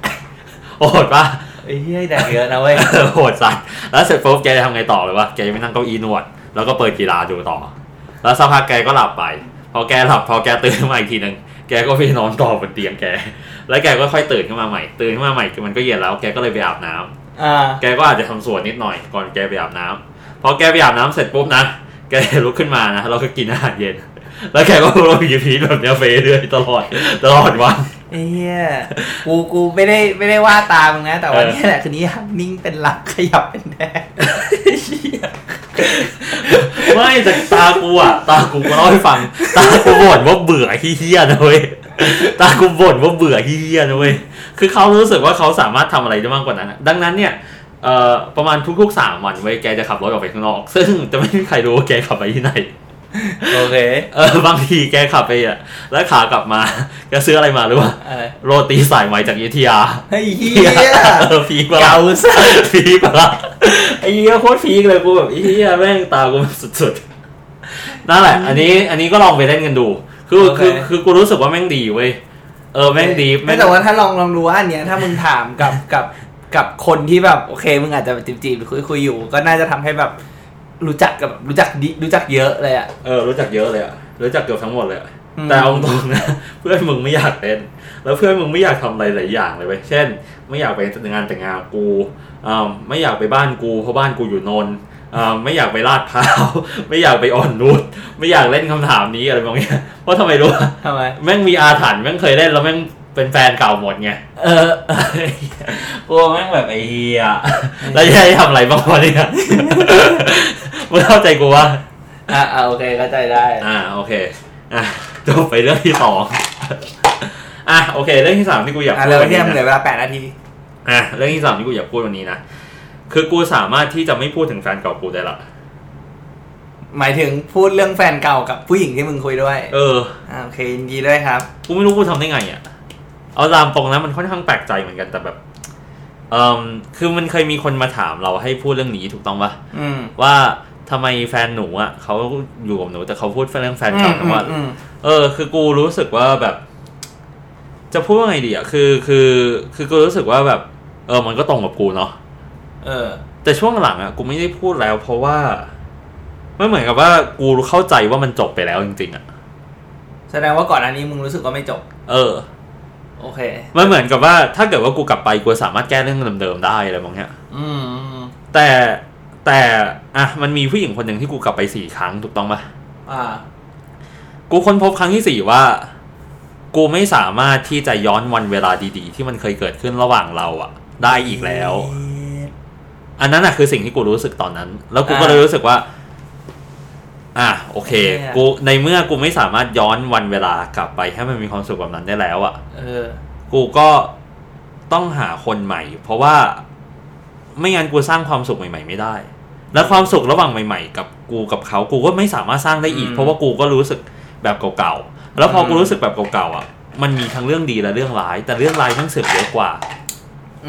โหดปะ
ไอ้เฮ้ยแดกเยอะนะเว้ย
เออ โหดสัตว์แล้วเสร็จปุ๊บแกจะทำไงต่อเลยวะแกจะไปนั่งเก้าอี้นวด แล้วก็เปิดกีฬาดูต่อ แล้วสักพักแกก็หลับไป พอแกหลับพอแกตื่นขึ้นมาอีกทีหนึ่งแกก็ไปนอนต่อบนเตียงแก แล้วแกก็ค่อยตื่นขึ้นมาใหม่ ตื่นขึ้นมาใหม่มันก็เย็นแล้ว แกก็เลยไปอาบน้ำ
อ่า
แกก็อาจจะทำสวนนิดหน่อยก่อนแกไปอาบน้ำพอแกไปอาบน้ำเสร็จปุ๊บนะ แกลุกขึ้นมานะเราก็กินอาหารเย็น แล้วแกก็ลงอยู่พีทแบบเนี้ยไปเรื่อยตลอดตลอดวัน
ไอ้เฮียกู กูไม่ได้ ไม่ได้ว่าตามมึงนะ แต่ว่า
เออ
เนี่ยแหละ คือนี้นิ่งเป็นหลัก ขยับเป็นแดก
ไม่แต่ตากูอะตากูก็เล่าให้ฟัง ตากูบ่นว่าเบื่อเฮี้ยๆนะเว้ยตากูบ่นว่าเบื่อเฮี้ยๆนะเว้ยคือเขารู้สึกว่าเขาสามารถทำอะไรได้มากกว่านั้นอะดังนั้นเนี่ยเอ่อประมาณทุกๆสามวันเว้ยแกจะขับรถออกไปข้างนอก ซึ่งจะไม่มีใครรู้ว่าแกขับไปที่ไหน
โอเค
เออบางทีแกขับไปอ่ะ แล้วขากลับมา แกซื้ออะไรมาหรือว่า
อะไร
โรตีสายไหมจากอยุธยา
ไอ้เฮีย
เออพีกว่า
เกาซะ
พีกว่าไอ้เหี้ยโคตรพีกเลยกูแบบไอ้เหี้ยแม่งตากูมันสุดๆนั่นแหละ อันนี้อันนี้ก็ลองไปเล่นกันดู คือคือคือกูรู้สึกว่าแม่งดีเว้ยเออแม่งดี
ไม่
แม่ง
แต่ว่าถ้าลอง ลองดูว่าอันเนี้ย ถ้ามึงถามกับ กับ กับคนที่แบบ โอเค มึงอาจจะจีบจีบคุยคุยอยู่ ก็น่าจะทำให้แบบ รู้จักกับ รู้จักดิรู้จักเยอะเลยอ่ะ
เออรู้จักเยอะเลยอ่ะรู้จักเกือบทั้งหมดเลยอะ
อืม
แต่เอาตรงๆนะ เพื่อนมึงไม่อยากเล่นแล้วเพื่อนมึงไม่อยากทำอะไรหลายอย่างเลยเว้ยเช่น ไม่อยากไปงานแต่งงานกูอ่าไม่อยากไปบ้านกูเพราะบ้านกูอยู่นนท์อ่าไม่อยากไปลาดพร้าว ไม่อยากไปอ่อนนุชไม่อยากเล่นคำถามนี้อะไรบางอย่างเพราะทำไมรู้ ปะ
ทำไม
แม่งมีอาถรรพ์แม่งเคยเล่นแล้วแม่งเป็นแฟนเก่าหมดไง
เออ
กลัวแม่งแบบไอ้เฮียแล้วจะให้ทำอะไรบ้างวะเนี่ย มึงเข้าใจกูว่า
อ่ะอ่ะโอเคเข้าใจได้
อ่าโอเคอ่ะจบไปเรื่องที่สองอ่ะโอเค เรื่องที่สามที่กูอยาก
อ่ะ
พูด
เรา
วัน
เที่ย
นี้
มเหลื
นะ
อเวลาแปดนาที
อ่ะเรื่องที่สามที่กูอยากพูดวันนี้นะคือกูสามารถที่จะไม่พูดถึงแฟนเก่ากูได้ละ
หมายถึงพูดเรื่องแฟนเก่ากับผู้หญิงที่มึงคุยด้วย
เออ
อ่าโอเคยินดีด้วยครับ
กูไม่รู้กูทำได้ไงอ่ะเอาตามตรงนะมันค่อนข้างแปลกใจเหมือนกันแต่แบบเออคือมันเคยมีคนมาถามเราให้พูดเรื่องนี้ถูกต้องปะ
อืม
ว่าทำไมแฟนหนูอ่ะเขาอยู่กับหนูแต่เขาพูดเรื่องแฟนเก่าทั้งวัน
อืม
เออคือกูรู้สึกว่าแบบ จะพูดว่าไงดีอ่ะคือคือคือกูรู้สึกว่าแบบ เออ มันก็ตรงกับกูเนาะ
เออ
แต่ช่วงหลังอ่ะกูไม่ได้พูดแล้ว เพราะว่าไม่เหมือนกับว่ากูเข้าใจว่ามันจบไปแล้วจริงๆอ่ะ
แสดงว่าก่อนอันนี้มึงรู้สึกว่าไม่จบ
เออ
โอเค
มันเหมือนกับว่า ถ้าเกิดว่ากูกลับไปกูสามารถแก้เรื่องเดิมๆได้อะไรบางอย่าง
อืมอืม
แต่แต่อ่ะมันมีผู้หญิงคนหนึ่งที่กูกลับไปสี่ครั้งถูกต้องปะ
อ่า
กูค้นพบครั้งที่สี่ว่า กูไม่สามารถที่จะย้อนวันเวลาดีๆ ที่มันเคยเกิดขึ้นระหว่างเราอ่ะ ได้อีกแล้ว อันนั้นอะคือสิ่งที่กูรู้สึกตอนนั้น แล้วกูก็
อ่า
เลยรู้สึกว่า อ่ะโอเค
เนี่ย
กูในเมื่อกูไม่สามารถย้อนวันเวลากลับไปให้มันมีความสุขแบบนั้นได้แล้วอะ
เออ
กูก็ต้องหาคนใหม่ เพราะว่าไม่งั้นกูสร้างความสุขใหม่ ๆ ไม่ได้ และความสุขระหว่างใหม่ ๆ กับกูกับเขากูก็ไม่สามารถสร้างได้อีก
อืม
เพราะว่ากูก็รู้สึกแบบเก่าๆแล้วพออ
ม
กูรู้สึกแบบเก่าๆอะมันมีทั้งเรื่องดีและเรื่องร้าย แต่เรื่องร้ายมันเสือกเยอะกว่า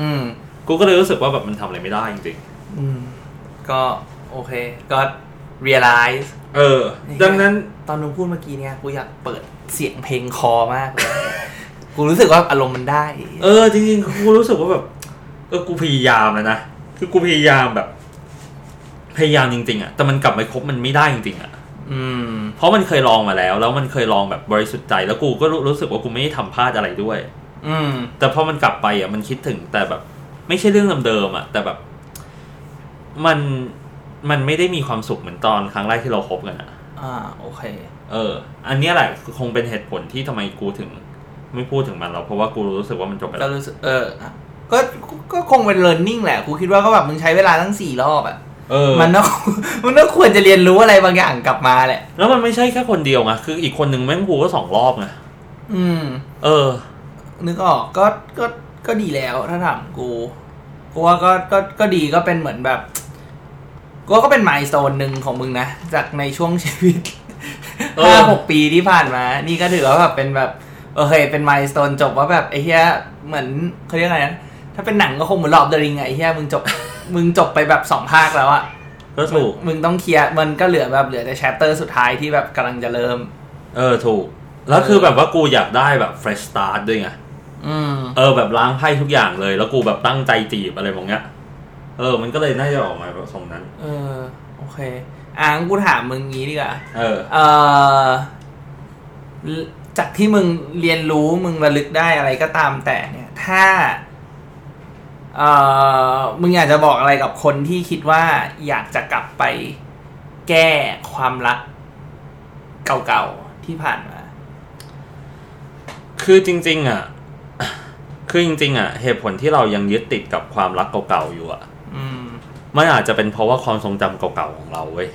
อืม
กูก็เลยรู้สึกว่าแบบมันทำอะไรไม่ได้จริงๆ
อืมก็โอเค ก็ realize
เออ ดังนั้น
ตอนมึงพูดเมื่อกี้เนี่ยกูอยากเปิดเสียงเพลงคอมาก เลยกูรู้สึกว่าอารมณ์มันได้
เออจริงๆกูรู้สึกว่าแบบเออกูพยายามแล้วนะคือกูพยายามแบบ พยายามจริงๆอะแต่มันกลับไปคบมันไม่ได้จริงๆอะ
อืม
เพราะมันเคยลองมาแล้ว แล้วมันเคยลองแบบบริสุทธิ์ใจ แล้วกูก็รู้รู้สึกว่ากูไม่ได้ทำพลาดอะไรด้วย
อืม
แต่พอมันกลับไปอะมันคิดถึงแต่แบบ ไม่ใช่เรื่องเดิมๆอะแต่แบบ มันมันไม่ได้มีความสุขเหมือนตอนครั้งแรกที่เราคบกันอะ
อ่า โอเค
เออ อันเนี้ยแหละคือคงเป็นเหตุผลที่ทำไมกูถึง ไม่พูดถึงมันแล้วเพราะว่ากูรู้สึกว่ามันจบไป
ก็
แล้ว
รู้สึกเอออ่ะก็ก็ก็คงเป็น learning แหละ ครูคิดว่าก็แบบมึงใช้เวลาตั้งสี่รอบอะ
เออ
มันต้อง มันต้องควรจะเรียนรู้อะไรบางอย่างกลับมาแหละ
แล้วมันไม่ใช่แค่คนเดียวไงคืออีกคนหนึ่งแม่งกูก็สองรอบไง
อืม
เออ
นึกออกก็ก็ก็ดีแล้วถ้าถามกูกูว่าก็ก็ก็ดีก็เป็นเหมือนแบบกูว่าก็เป็นไมล์สโตนหนึ่งของมึงนะ จากในช่วงชีวิต
เออ
ห้าหกปีที่ผ่านมา นี่ก็ถือว่าแบบเป็นแบบเออเฮ้ยเป็นไมล์สโตนจบว่าแบบไอ้เหี้ยเหมือนเขาเรียกอะไรนะถ้าเป็นหนังก็คงเหมือนหลอบเดริงไอ้เหี้ยมึงจบ มึงจบไปแบบสองภาคแล้วอะ
ก็ถูก
มึงต้องเคลียร์มันก็เหลือแบบเหลือแต่แชปเตอร์สุดท้ายที่แบบกำลังจะเริ่ม
เออถูก แล้ว
เออ
คือแบบว่ากูอยากได้แบบ fresh start ด้วยไง
อืม
เออแบบล้างไพ่ทุกอย่างเลย แล้วกูแบบตั้งใจจีบอะไรแบบเนี้ย เออ มันก็เลยน่าจะออกมาแบบทรงนั้น
เออโอเคอ่ะงั้นกูถามมึงงี้ดีกว่า
เออ
เออจากที่มึงเรียนรู้มึงระลึกได้อะไรก็ตามแต่เนี่ย ถ้าเออมึงอยากจะบอกอะไรกับคนที่คิดว่าอยากจะกลับไปแก้ความรักเก่าๆที่ผ่านมา
คือจริง ๆ อ่ะ คือจริง ๆ อ่ะ เหตุผลที่เรายังยึดติดกับความรักเก่าๆอยู่อ่ะ
อืม
มันอาจจะเป็นเพราะว่าความทรงจำเก่าๆของเราเว้ย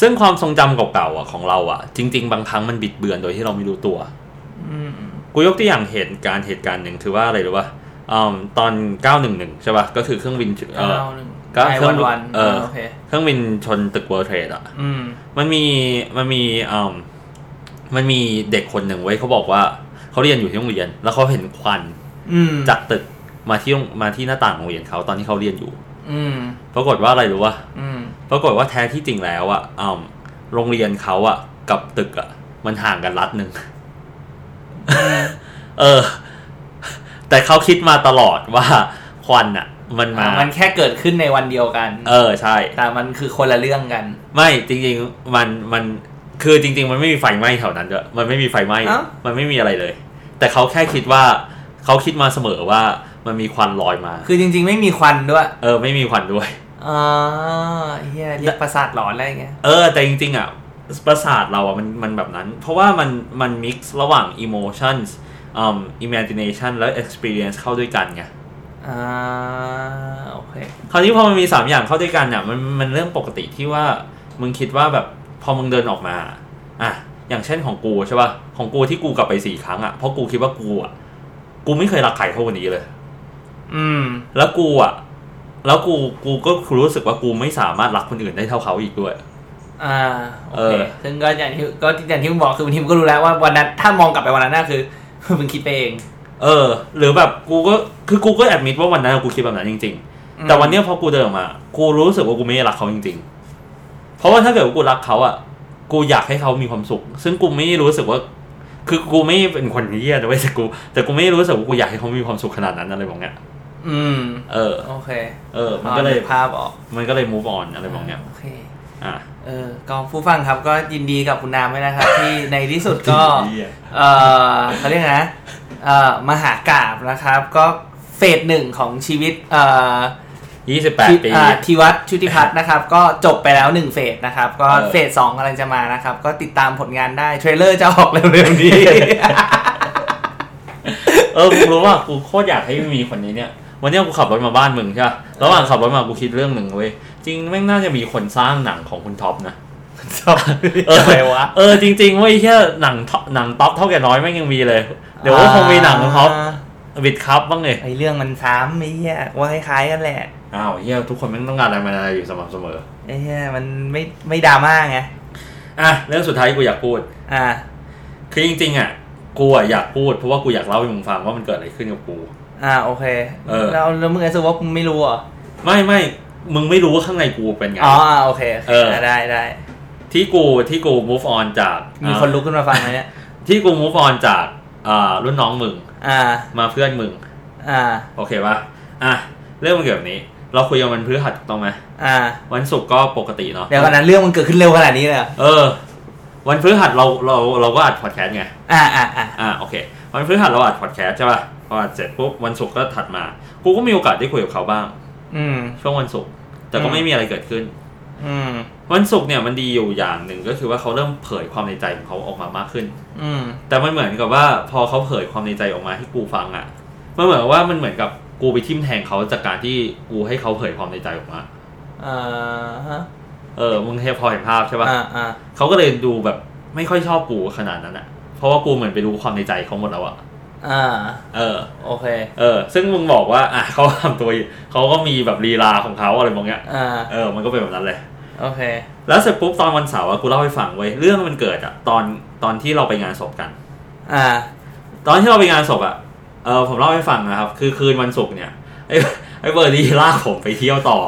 ซึ่งความทรงจำเก่าๆอ่ะของเราอ่ะ จริง ๆ บางครั้งมันบิดเบือนโดยที่เราไม่รู้ตัว
อืม
กูยกตัวอย่างเหตุการณ์เหตุการณ์หนึ่งคือว่าอะไรรู้ป่ะอืมตอน 911 ใช่ป่ะ ก็คือเครื่องบินจุเออ
เอาหนึ่ง
ก็
ไอ
เครื่
วั
อน ง
วัน
เออ
โอเค
เครื่องบินชนตึก World Trade อ่ะ
อืม
มันมีมันมีอืมมันมีเด็กคนหนึ่งไว้ยเขาบอกว่าเขาเรียนอยู่ที่โรงเรียน แล้วเขาเห็นควัน
อืม
จากตึกมาที่โรงมาที่หน้าต่างโรงเรียนเขาตอนที่เขาเรียนอยู่
อืม
ปรากฏว่าอะไรรู้ว่า
อืม
ปรากฏว่าแท้ที่จริงแล้วอะอืมโรงเรียนเขาอะกับตึกอะมันห่างกันรัดหนึ่ง เออ แต่เขาคิดมาตลอดว่าควันอะมันมา
มันแค่เกิดขึ้นในวันเดียวกัน
เออใช่
แต่มันคือคนละเรื่องกัน
ไม่จริงๆมันมันคือจริง ๆ มันไม่มีไฟไหม้แถวนั้นด้วยมันไม่มีไฟไหม้
เอ้า
มันไม่มีอะไรเลย แต่เขาแค่คิดว่าเขาคิดมาเสมอว่ามันมีควันลอยมา
คือจริง ๆ ไม่มีควันด้วย
เออ ไม่มีควันด้วย
อ่าเฮียเรียกประสาทหลอนอะไรเงี้ย
เออ แต่จริง ๆ อ่ะ ประสาทเราอ่ะมันมันแบบนั้น เพราะว่ามันมันมิกซ์ระหว่าง emotions อืม imagination แล้ว experience เข้าด้วยกันไง
อ่า โอเค
คราวนี้พอมันมี 3 อย่างเข้าด้วยกันอ่ะมันมันเรื่องปกติที่ว่ามึงคิดว่าแบบพอมึงเดินออกมาอ่ะอย่างเช่นของกูใช่ป่ะของกูที่กูกลับไปสี่ครั้งอ่ะเพราะกูคิดว่ากูอ่ะกูไม่เคยรักใครเท่าวันนี้เลย
อืม
แล้วกูอ่ะแล้วกูกูก็รู้สึกว่ากูไม่สามารถรักคนอื่นได้เท่าเขาอีกด้วย
อ่า โอ
เอ
เค
อ
ซึ่งก็อย่างที่ก็อย่างที่มึงบอกคือบางทีมึงก็รู้แล้วว่าวันนั้นถ้ามองกลับไปวันนั้นน่าคือ มึงคิดไปเอง
เออ หรือแบบกูก็คือกูก็แอดมิดว่าวันนั้นกูคิดแบบนั้นจริง ๆ แต่วันเนี้ยพอกูเดินออกมา กูรู้สึกว่ากูไม่ได้รักเขาจริง ๆ เพราะว่าถ้าเกิดว่ากูรักเขาอ่ะ กูอยากให้เขามีความสุข ซึ่งกูไม่รู้สึกว่า คือกูไม่เป็นคนเยี่ยนะเว้ยแต่กู แต่กูไม่รู้สึกว่ากูอยากให้เขามีความสุขขนาดนั้นอะไรแบบเนี้ย
อืม
เออ
โอเค
เออ มันก็เลย
อาภาพออก
มันก็เลย move on อะไรแบบเนี้ย
โอเค
อ่ะ
เออ กองผู้ฟังครับก็ยินดีกับคุณนามด้วย นะครับ ที่ในที่สุดก็
เหี้ย
เออเขาเรียกนะเออมหากาบนะครับ ก็เฟสหนึ่งของชีวิตเออ
ยี่สิบแปดปี
อ่าธีวัฒน์ชุติพัฒน์นะครับ ก็จบไปแล้วหนึ่งเฟสนะครับ ก็
เออ
เฟสสองกำลังจะมานะครับ ก็ติดตามผลงานได้ เทรลเลอร์จะออกเร็วๆ นี้
เออกูรู้ว่ากูโคตรอยากให้มีคนนี้เนี่ย วันเนี้ยกูขับรถมาบ้านมึงใช่ปะระหว่างขับรถมากูคิดเรื่องหนึ่งเว้ย จริงแม่งน่าจะมีคนสร้างหนังของคุณท็อปนะ
เออไรวะ
เออจริงๆเว้ยแค่หนังท็อปหนังท็อปเท่าแก่น้อยแม่งยังมีเลย เดี๋ยวว่าคงมีหนังของท็อปบิดครับบ้างเลย
ไอเรื่องมันซ้ำไอ้เหี้ยว่าคล้ายๆกันแหละ
อ้าวเฮียทุกคนแม่งต้องการอะไรมาอะไรอยู่สม่ำเสมอ
ไอ้เหี้ยมันไม่ไม่ดราม่าไง
อ่ะเรื่องสุดท้ายกูอยากพูด
อ่า
คือจริงๆอ่ะกูอ่ะอยากพูดเพราะว่ากูอยากเล่าให้มึงฟังว่ามันเกิดอะไรขึ้นกับกู
อ่าโอเค
เออ
แล้วแล้วมึงไอ้สวอปมึงไม่รู้เหรอ
ไม่ไม่มึงไม่รู้ว่าข้างในกูเป็นไง
อ๋ออ่าโอเค
เออ
ได้ได้
ที่กูที่กู move on จาก
มีคนลุกขึ้นมาฟังไหมเนี่ย
ที่กู move on จากอ่ารุ่นน้องมึง
อ่า
มาเพื่อนมึง
อ่า
โอเคปะอ่ะเรื่องมันเกิดแบบนี้ เราคุยกันวันพฤหัสถูกต้องไหม
อ่า
วันศุกร์ก็ปกติเนาะ
เดี๋ยวก่อนนะเรื่องมันเกิดขึ้นเร็วขนาดนี้เลยเหรอ
เออ วันพฤหัสเราเราเราก็อัดพอดแคสต์ไง
อ่าอ่าอ่า
อ่าโอเค วันพฤหัสเราอัดพอดแคสต์ใช่ป่ะพออัดเสร็จปุ๊บวันศุกร์ก็ถัดมา กูก็มีโอกาสได้คุยกับเขาบ้าง
อืม
ช่วงวันศุกร์แต่ก็
อืม
ไม่มีอะไรเกิดขึ้น
อืม
วันศุกร์เนี่ยมันดีอยู่อย่างหนึ่งก็คือว่าเขาเริ่มเผยความในใจของเขาออกมามากขึ้น
อืม
แต่มันเหมือนกับว่าพอเขาเผยความในใจออกมาให้กูฟังอะ่ะมันเหมือนว่ามันเหมือนกับกูไปทิมแทงเขาจากการที่กูให้เขาเผยความในใจออกมา
อ่าฮะ
เออมึงเห็นพอเห็นภาพใช่ปะ
อ่าอ่า
เขาก็เลยดูแบบไม่ค่อยชอบกูขนาดนั้นอะเพราะว่ากูเหมือนไปรู้ความในใจเขาหมดแล้วอะ
อ่า
เออ
โอเค
เออ ซึ่งมึงบอกว่า อ่ะ เขาทำตัวเขาก็มีแบบลีลาของเขาอะไรบางอย่าง
อ่า
เออ มันก็เป็นแบบนั้นเลย
โอเค
แล้วเสร็จปุ๊บตอนวันเสาร์อะกูเล่าให้ฟังไว้ยเรื่องมันเกิดอะตอนตอนที่เราไปงานศพกัน
อ่า
ตอนที่เราไปงานศพอะเออผมเล่าให้ฟังนะครับ คือคืนวันศุกร์เนี่ยไอ้ไอ้เบอร์ดี้ลากผมไปเที่ยวต่อ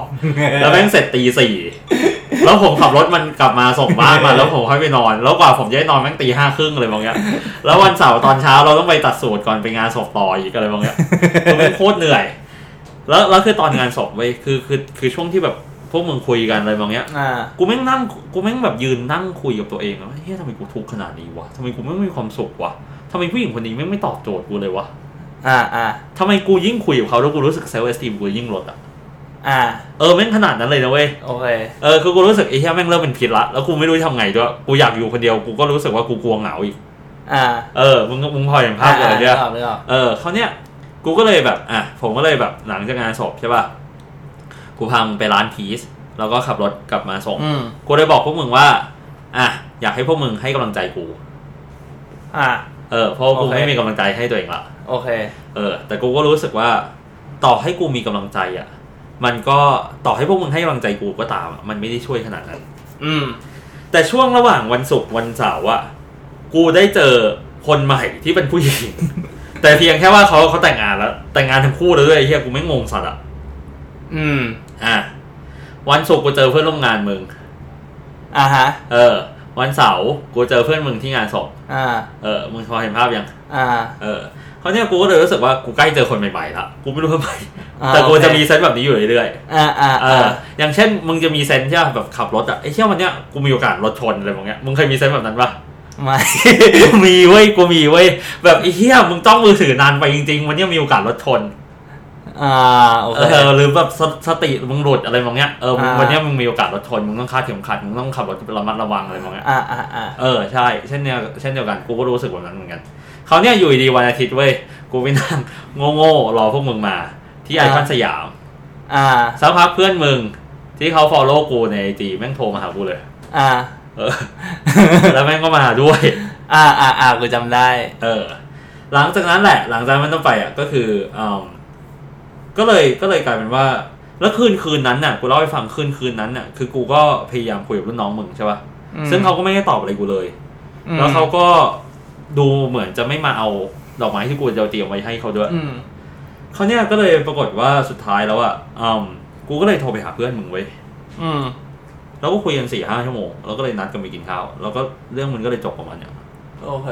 แล้วแม่งเสร็จตีสี่ แล้วผมขับรถมันกลับมาส่งบ้าน มา แล้วผมค่อยไปนอน แล้วกว่าผมจะได้นอนแม่งตีห้าครึ่งเลยบาง อย่างแล้ววันเสาร์ตอนเช้าเราต้องไปตัดสูตรก่อนไปงานศพต่ออีกอะไรบาง อย่างคือแม่งโคตรเหนื่อย แล้วแล้วคือตอนงานศพเว้ยคือคือคือช่วงที่แบบพวกมึงคุยกันอะไรบางอย่าง
อ่า
กูแม่งนั่งกูแม่งแบบยืนนั่งคุยกับตัวเองแล้วาเฮ้ยทำไมกูทุกข์ขนาดนี้วะทำไมกูไม่มีความสุขวะทำไมผู้หญิงคนนี้แม่งไม่ตอบโจทย์กูเลยวะ
อ่าอ่า
ทำไมกูยิ่งคุยกับเขาแล้วกูรู้สึกเซลล์เอสติมกูยิ่งลดอ่ะ
อ่า
เออแม่งขนาดนั้นเลยนะเว้ย
โอเค
เออคือกูรู้สึกไอ้เหี้ยแม่งเริ่มเป็นพิษละแล้วกูไม่รู้จะทำไงด้วยกูอยากอยู่คนเดียวกูก็รู้สึกว่ากูกลัวเหงาอีก
อ่า
เออมึงมึงพอเห็นภาพเลย
อ่านึ
เนี่ย
กออกนึกออก
เออเขาวเนี่ยกูก็เลยแบบอ่ะผมก็เลยแบบหลังจากงานศพใช่ป่ะกูพังไปร้านพีซแล้วก็ขับรถกลับมาส่ง
อืม
กูเลยบอกพวกมึงว่า อ่ะ อยากให้พวกมึงให้กำลังใจกู
อ่า
เออ เพราะว่ากู
โอเค
ไม่มีกำลังใจให้ตัวเองละ
โอเค
เออ แต่กูก็รู้สึกว่า ต่อให้กูมีกำลังใจอ่ะ มันก็ต่อให้พวกมึงให้กำลังใจกูก็ตามอะมันไม่ได้ช่วยขนาดนั้น
อืม
แต่ช่วงระหว่างวันศุกร์วันเสาร์อ่ะ กูได้เจอคนใหม่ที่เป็นผู้หญิง แต่เพียงแค่ว่าเขาเขาแต่งงานแล้ว แต่งงานทั้งคู่แล้วด้วยไอ้เฮียกูไม่งงสัตว์อ่ะ
อืม
อ่ะ วันศุกร์กูเจอเพื่อนร่วมงานมึง
อ่าฮะ
เออ วันเสาร์กูเจอเพื่อนมึงที่งานศพ
อ่า
เออ มึงพอเห็นภาพยัง
อ่า
เออเขาวเนี่ยกูก็เลยรู้สึกว่ากูใกล้เจอคนใหม่ๆละ กูไม่รู้ทำไม
อ่า
แต่กูจะ
โอเค
มีเซนส์แบบนี้อยู่เรื่อย
อ่าอ่า
ๆเอ
อ่า
อ อย่างเช่น มึงจะมีเซนส์ที่ว่าแบบขับรถอะไอ้เชี่ยวันเนี้ยกูมีโอกาสรถชนอะไรแบบเนี้ย มึงเคยมีเซนส์แบบนั้นปะ
ไม่
มีเว้ย กูมีเว้ย แบบไอ้เชี่ยมึงต้องมือถือนานไปจริงๆวันเนี้ยมีโอกาสรถชน
อ่าโอเค
เออ หรือแบบสสติมึงหลุดอะไรแบบเนี้ย เออมึง
อ่า
วันเนี้ยมึงมีโอกาสรถชน มึงต้องคาดเข็มขัด มึงต้องขับรถระมัดระวังอะไรแบบเนี้ย
อ่าอ่าอ่า
เออใช่ เช่นเดียวเช่นเดียวกันกูก็รู้สึกแบบนั้นเหมือนกันเขาวเนี่ยอยู่ดีๆวันอาทิตย์เว้ยกูไปนั่งโง่ๆรอพวกมึงมา ที่ไอคอนสยาม
อ่า
สักพักเพื่อนมึง ที่เขาฟอลโล่กูในไอจีแม่งโทรมาหากูเลย
อ่า
เอ อ แล้วแม่งก็มาหาด้วย
อ่าอ่าอ่ากูจำได้
เออ หลังจากนั้นแหละ หลังจากนั้นต้องไปอ่ะก็คืออืมก็เลยก็เลยกลายเป็นว่า แล้วคืนคืนนั้นน่ะกูเล่าให้ฟังคืนคืนนั้นน่ะคือกูก็พยายามคุยกับรุ่นน้องมึงใช่ป่ะ
อืม
ซึ่งเขาก็ไม่ได้ตอบอะไรกูเลย
อืม
แล้วเขาก็ดูเหมือนจะไม่มาเอาดอกไม้ที่กูจะเตรียมไว้ให้เขาด้วย
อืม
เขาวเนี่ยก็เลยปรากฏว่าสุดท้ายแล้วอ่ะอืมกูก็เลยโทรไปหาเพื่อนมึงไว้ย
อืม
แล้วก็คุยกันสี่ห้าชั่วโมง แล้วก็เลยนัดกันไปกินข้าว แล้วก็เรื่องมันก็เลยจบประมาณเนี้ย
โอเค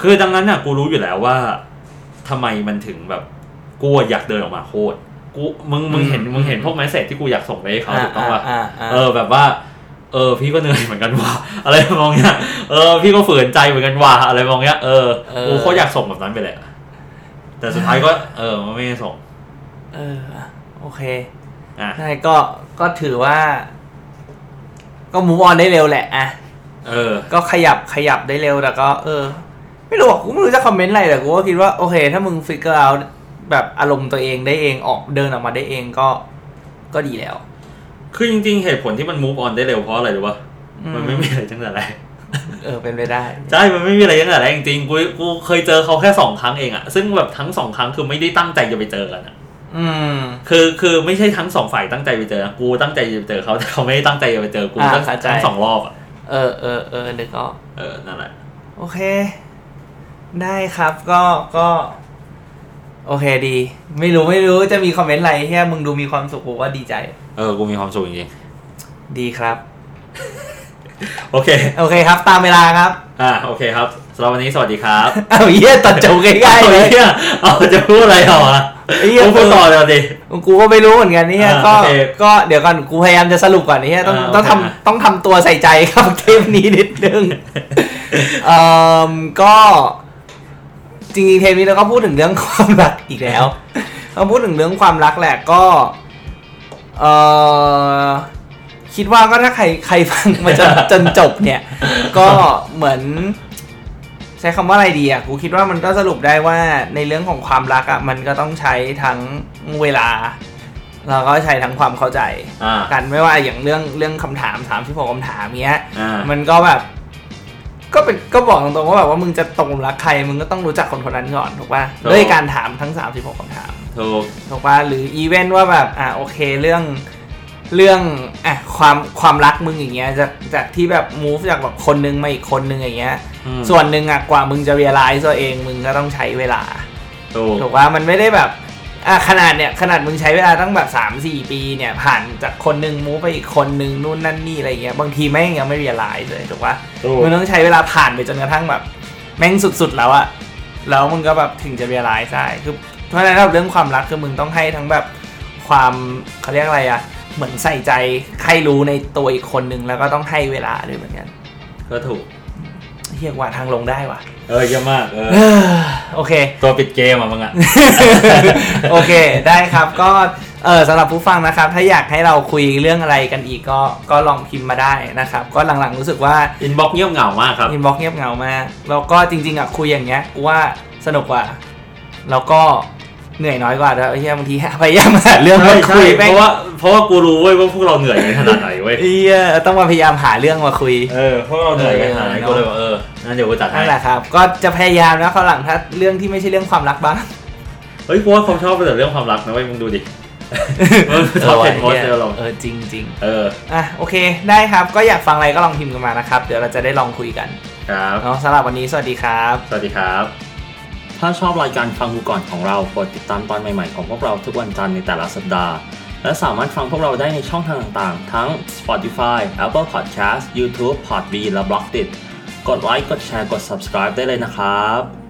คือดังนั้นน่ะกูรู้อยู่แล้วว่าทำไมมันถึงแบบกูอยากเดินออกมาโคตร กูมึงมึงเห็น
อืม
มึงเห็นพวกแมสเซจที่กูอยากส่งไปให้เขาถูกต้องป่ะ
อ่าอ่า
เออแบบว่า เออ พี่ก็เหนื่อยเหมือนกันว่ะ อะไรมองเนี้ยเออ พี่ก็ฝืนใจเหมือนกันว่ะอะไรมองเนี้ยเออกูโคตรอยากส่งแบบนั้นไปเลยอะแต่สุดท้ายก็ เออมันไม่ได้ส่ง
เอออ่ะโอเค
อ่ะ
ได้ก็ก็ถือว่า ก็มูฟออนได้เร็วแหละอ่ะ
เออ
ก็ขยับขยับได้เร็วแต่ก็ เออ ไม่รู้อ่ะกูไม่รู้จะคอมเมนต์อะไรแต่กูก็คิดว่าโอเค ถ้ามึงฟิกเกอร์เอาแบบอารมณ์ตัวเองได้เองออกเดินออกมาได้เองก็ก็ดีแล้ว
คือจริงๆเหตุผลที่มัน move on ได้เร็วเพราะอะไรรู้ป่ะ
อืม
มันไม่มีอะไรตั้งแต่แรก
เออเป็นไปได้
ใช่มันไม่มีอะไรตั้งแต่แรกจริงๆกูกูเคยเจอเขาแค่สองครั้งเองอะซึ่งแบบทั้งสองครั้งคือไม่ได้ตั้งใจจะไปเจอกันอะ
อืม
คือคือไม่ใช่ทั้งสองฝ่ายตั้งใจไปเจอนะกูตั้งใจจะไปเจอเขา แต่เขาไม่ได้ตั้งใจจะไปเจอกู
อ่า
ตั้ง
เข้าใจ
ทั้งสองรอบอะ
เออเออเออนึกออก
เออนั่นแหละ
โอเค ได้ครับก็ก็ โอเคดี ไม่รู้ไม่รู้จะมีคอมเมนต์อะไรเฮียมึงดูมีความสุขกูว่าดีใจ
เออกูมีความสุขจริง
ดีครับ
ๆโอเค
โอเคครับ ตามเวลาครับ
อ่าโอเคครับสำหรับวันนี้สวัสดีครับ
เอาเฮียตัด จบง่ายๆเลย
เอาเนี่ยเอาจะพูดอะไรเหรอวะ
ไอ้เหี้ย
พูดต่อเลยดิ
กูก็ไม่รู้เหมือนกันเนี่ย
อ่า
ก็
โอเค
ก็เดี๋ยวก่อนกูพยายามจะสรุปก่อนเนี่ยต้อง
อ่า
ต้อง
โอเคอ่ะ
ทำต้องทำตัวใส่ใจครับเทปนี้นิด นึงเอ่อก็ จริงๆเทปนี้เราก็พูดถึงเรื่องความรักอีกแล้วเราพูดถึงเรื่องความรักแหละก็เอ่อคิดว่าก็ถ้าใครใครฟังมาจน จนจบเนี่ย ก็เหมือน ใช้คำว่าอะไรดีอ่ะ กูคิดว่ามันก็สรุปได้ว่าในเรื่องของความรักอ่ะ มันก็ต้องใช้ทั้งเวลา เราก็ใช้ทั้งความเข้าใจ
อ่า
กันไม่ว่าอย่างเรื่องเรื่องคำถามถามที่ผมคำถามเงี้ย
อ่า
มันก็แบบ ก็เป็นก็บอกตรงๆว่าแบบว่ามึงจะตกหลุมรักใครมึงก็ต้องรู้จักคนคนนั้นก่อนถูกป่ะด้วยการถามทั้ง 36คำถาม
ถูก
ถูกป่ะหรืออีเวนต์ว่าแบบอ่ะโอเคเรื่องเรื่องอ่ะความความรักมึงอย่างเงี้ยจากจากที่แบบ move จากแบบคนนึงมาอีกคนนึงอย่างเงี้ย
อืม
ส่วนหนึ่งอ่ะกว่ามึงจะเรียลไลซ์ตัวเองมึงก็ต้องใช้เวลา
ถูก
ถูกว่ามันไม่ได้แบบอ่ะขนาดเนี่ยขนาดมึงใช้เวลาตั้งแบบ 3 4 ปีเนี่ยผ่านจากคนหนึ่งมูฟไปอีกคนหนึ่งนู่นนั่นนี่อะไรเงี้ยบางทีแม่งยังไม่เรียลไลซ์เลยถูกว่า
ถูก
มึงต้องใช้เวลาผ่านไปจนกระทั่งแบบ แม่งสุดๆแล้วอะแล้วมึงก็แบบถึงจะเรียลไลซ์ได้คือเพราะฉะนั้นเรื่องความรักคือมึงต้องให้ทั้งแบบความเขาเรียกอะไรอะเหมือนใส่ใจใครรู้ในตัวอีกคนหนึ่งแล้วก็ต้องให้เวลาด้วยเหมือนกัน
ก็ถูก
เฮียกว่าทางลงได้ว่ะ
เออเยอะมากเออ
เออโอเค
ตัวปิดเกมอ่ะมึงอ่ะ
โอเคได้ครับก็เออสำหรับผู้ฟังนะครับ ถ้าอยากให้เราคุยเรื่องอะไรกันอีกก็ก็ลองพิมพ์มาได้นะครับ ก็หลังๆรู้สึกว่า
อินบ็อกเงียบเหงามากครับ
อินบ็อกเงียบเหงามากแล้วก็จริง ๆอ่ะคุยอย่างเงี้ยกูว่าสนุกกว่า แล้วก็เหนื่อยน้อยกว่าด้วยไอ้เหี้ยบ างทีพยายามหาเรื่องมา
ใช่ใช่
คุย
เพ
แม่ง
ราะว่าเพราะว่ากูรู้เว้ยว่าพวกเราเหนื่อยกันขนาดไหนเว้ย
เอียต้องมาพยายามหาเรื่องมาคุย
เออพวกเราเหนื่อยกันขนาดไหน
เออ
กูเลยบอกเออนั่นเดี๋ยวกูจัดให้
นั่นแหละครับ ก็จะพยายามนะคราวหลังถ้าเรื่องที่ไม่ใช่เรื่องความรักบ้าง
เฮ้ยกูว่าความชอบเป็นแต่เรื่องความรักนะเว้ยมึงดูดิ มึง ชอบเห็นโพสต์เดียวหรอ
เออจริงจริง
เออ
ๆอ่ะโอเคได้ครับก็อยากฟังอะไรก็ลองพิมพ์กันมานะครับ เดี๋ยวเราจะได้ลองคุยกัน
ครับ
เนาะสำหรับวันนี้สวัสดีครับ
สวัสดีครับ ถ้าชอบรายการฟังกูก่อนของเรากดติดตามตอนใหม่ๆของพวกเราทุกวันจันทร์ในแต่ละสัปดาห์ และสามารถฟังพวกเราได้ในช่องทางต่างๆ ทั้ง Spotify, Apple Podcast, YouTube, Podbean และ b l o g d i t กดไลค์ กดแชร์ กด subscribe ได้เลยนะครับ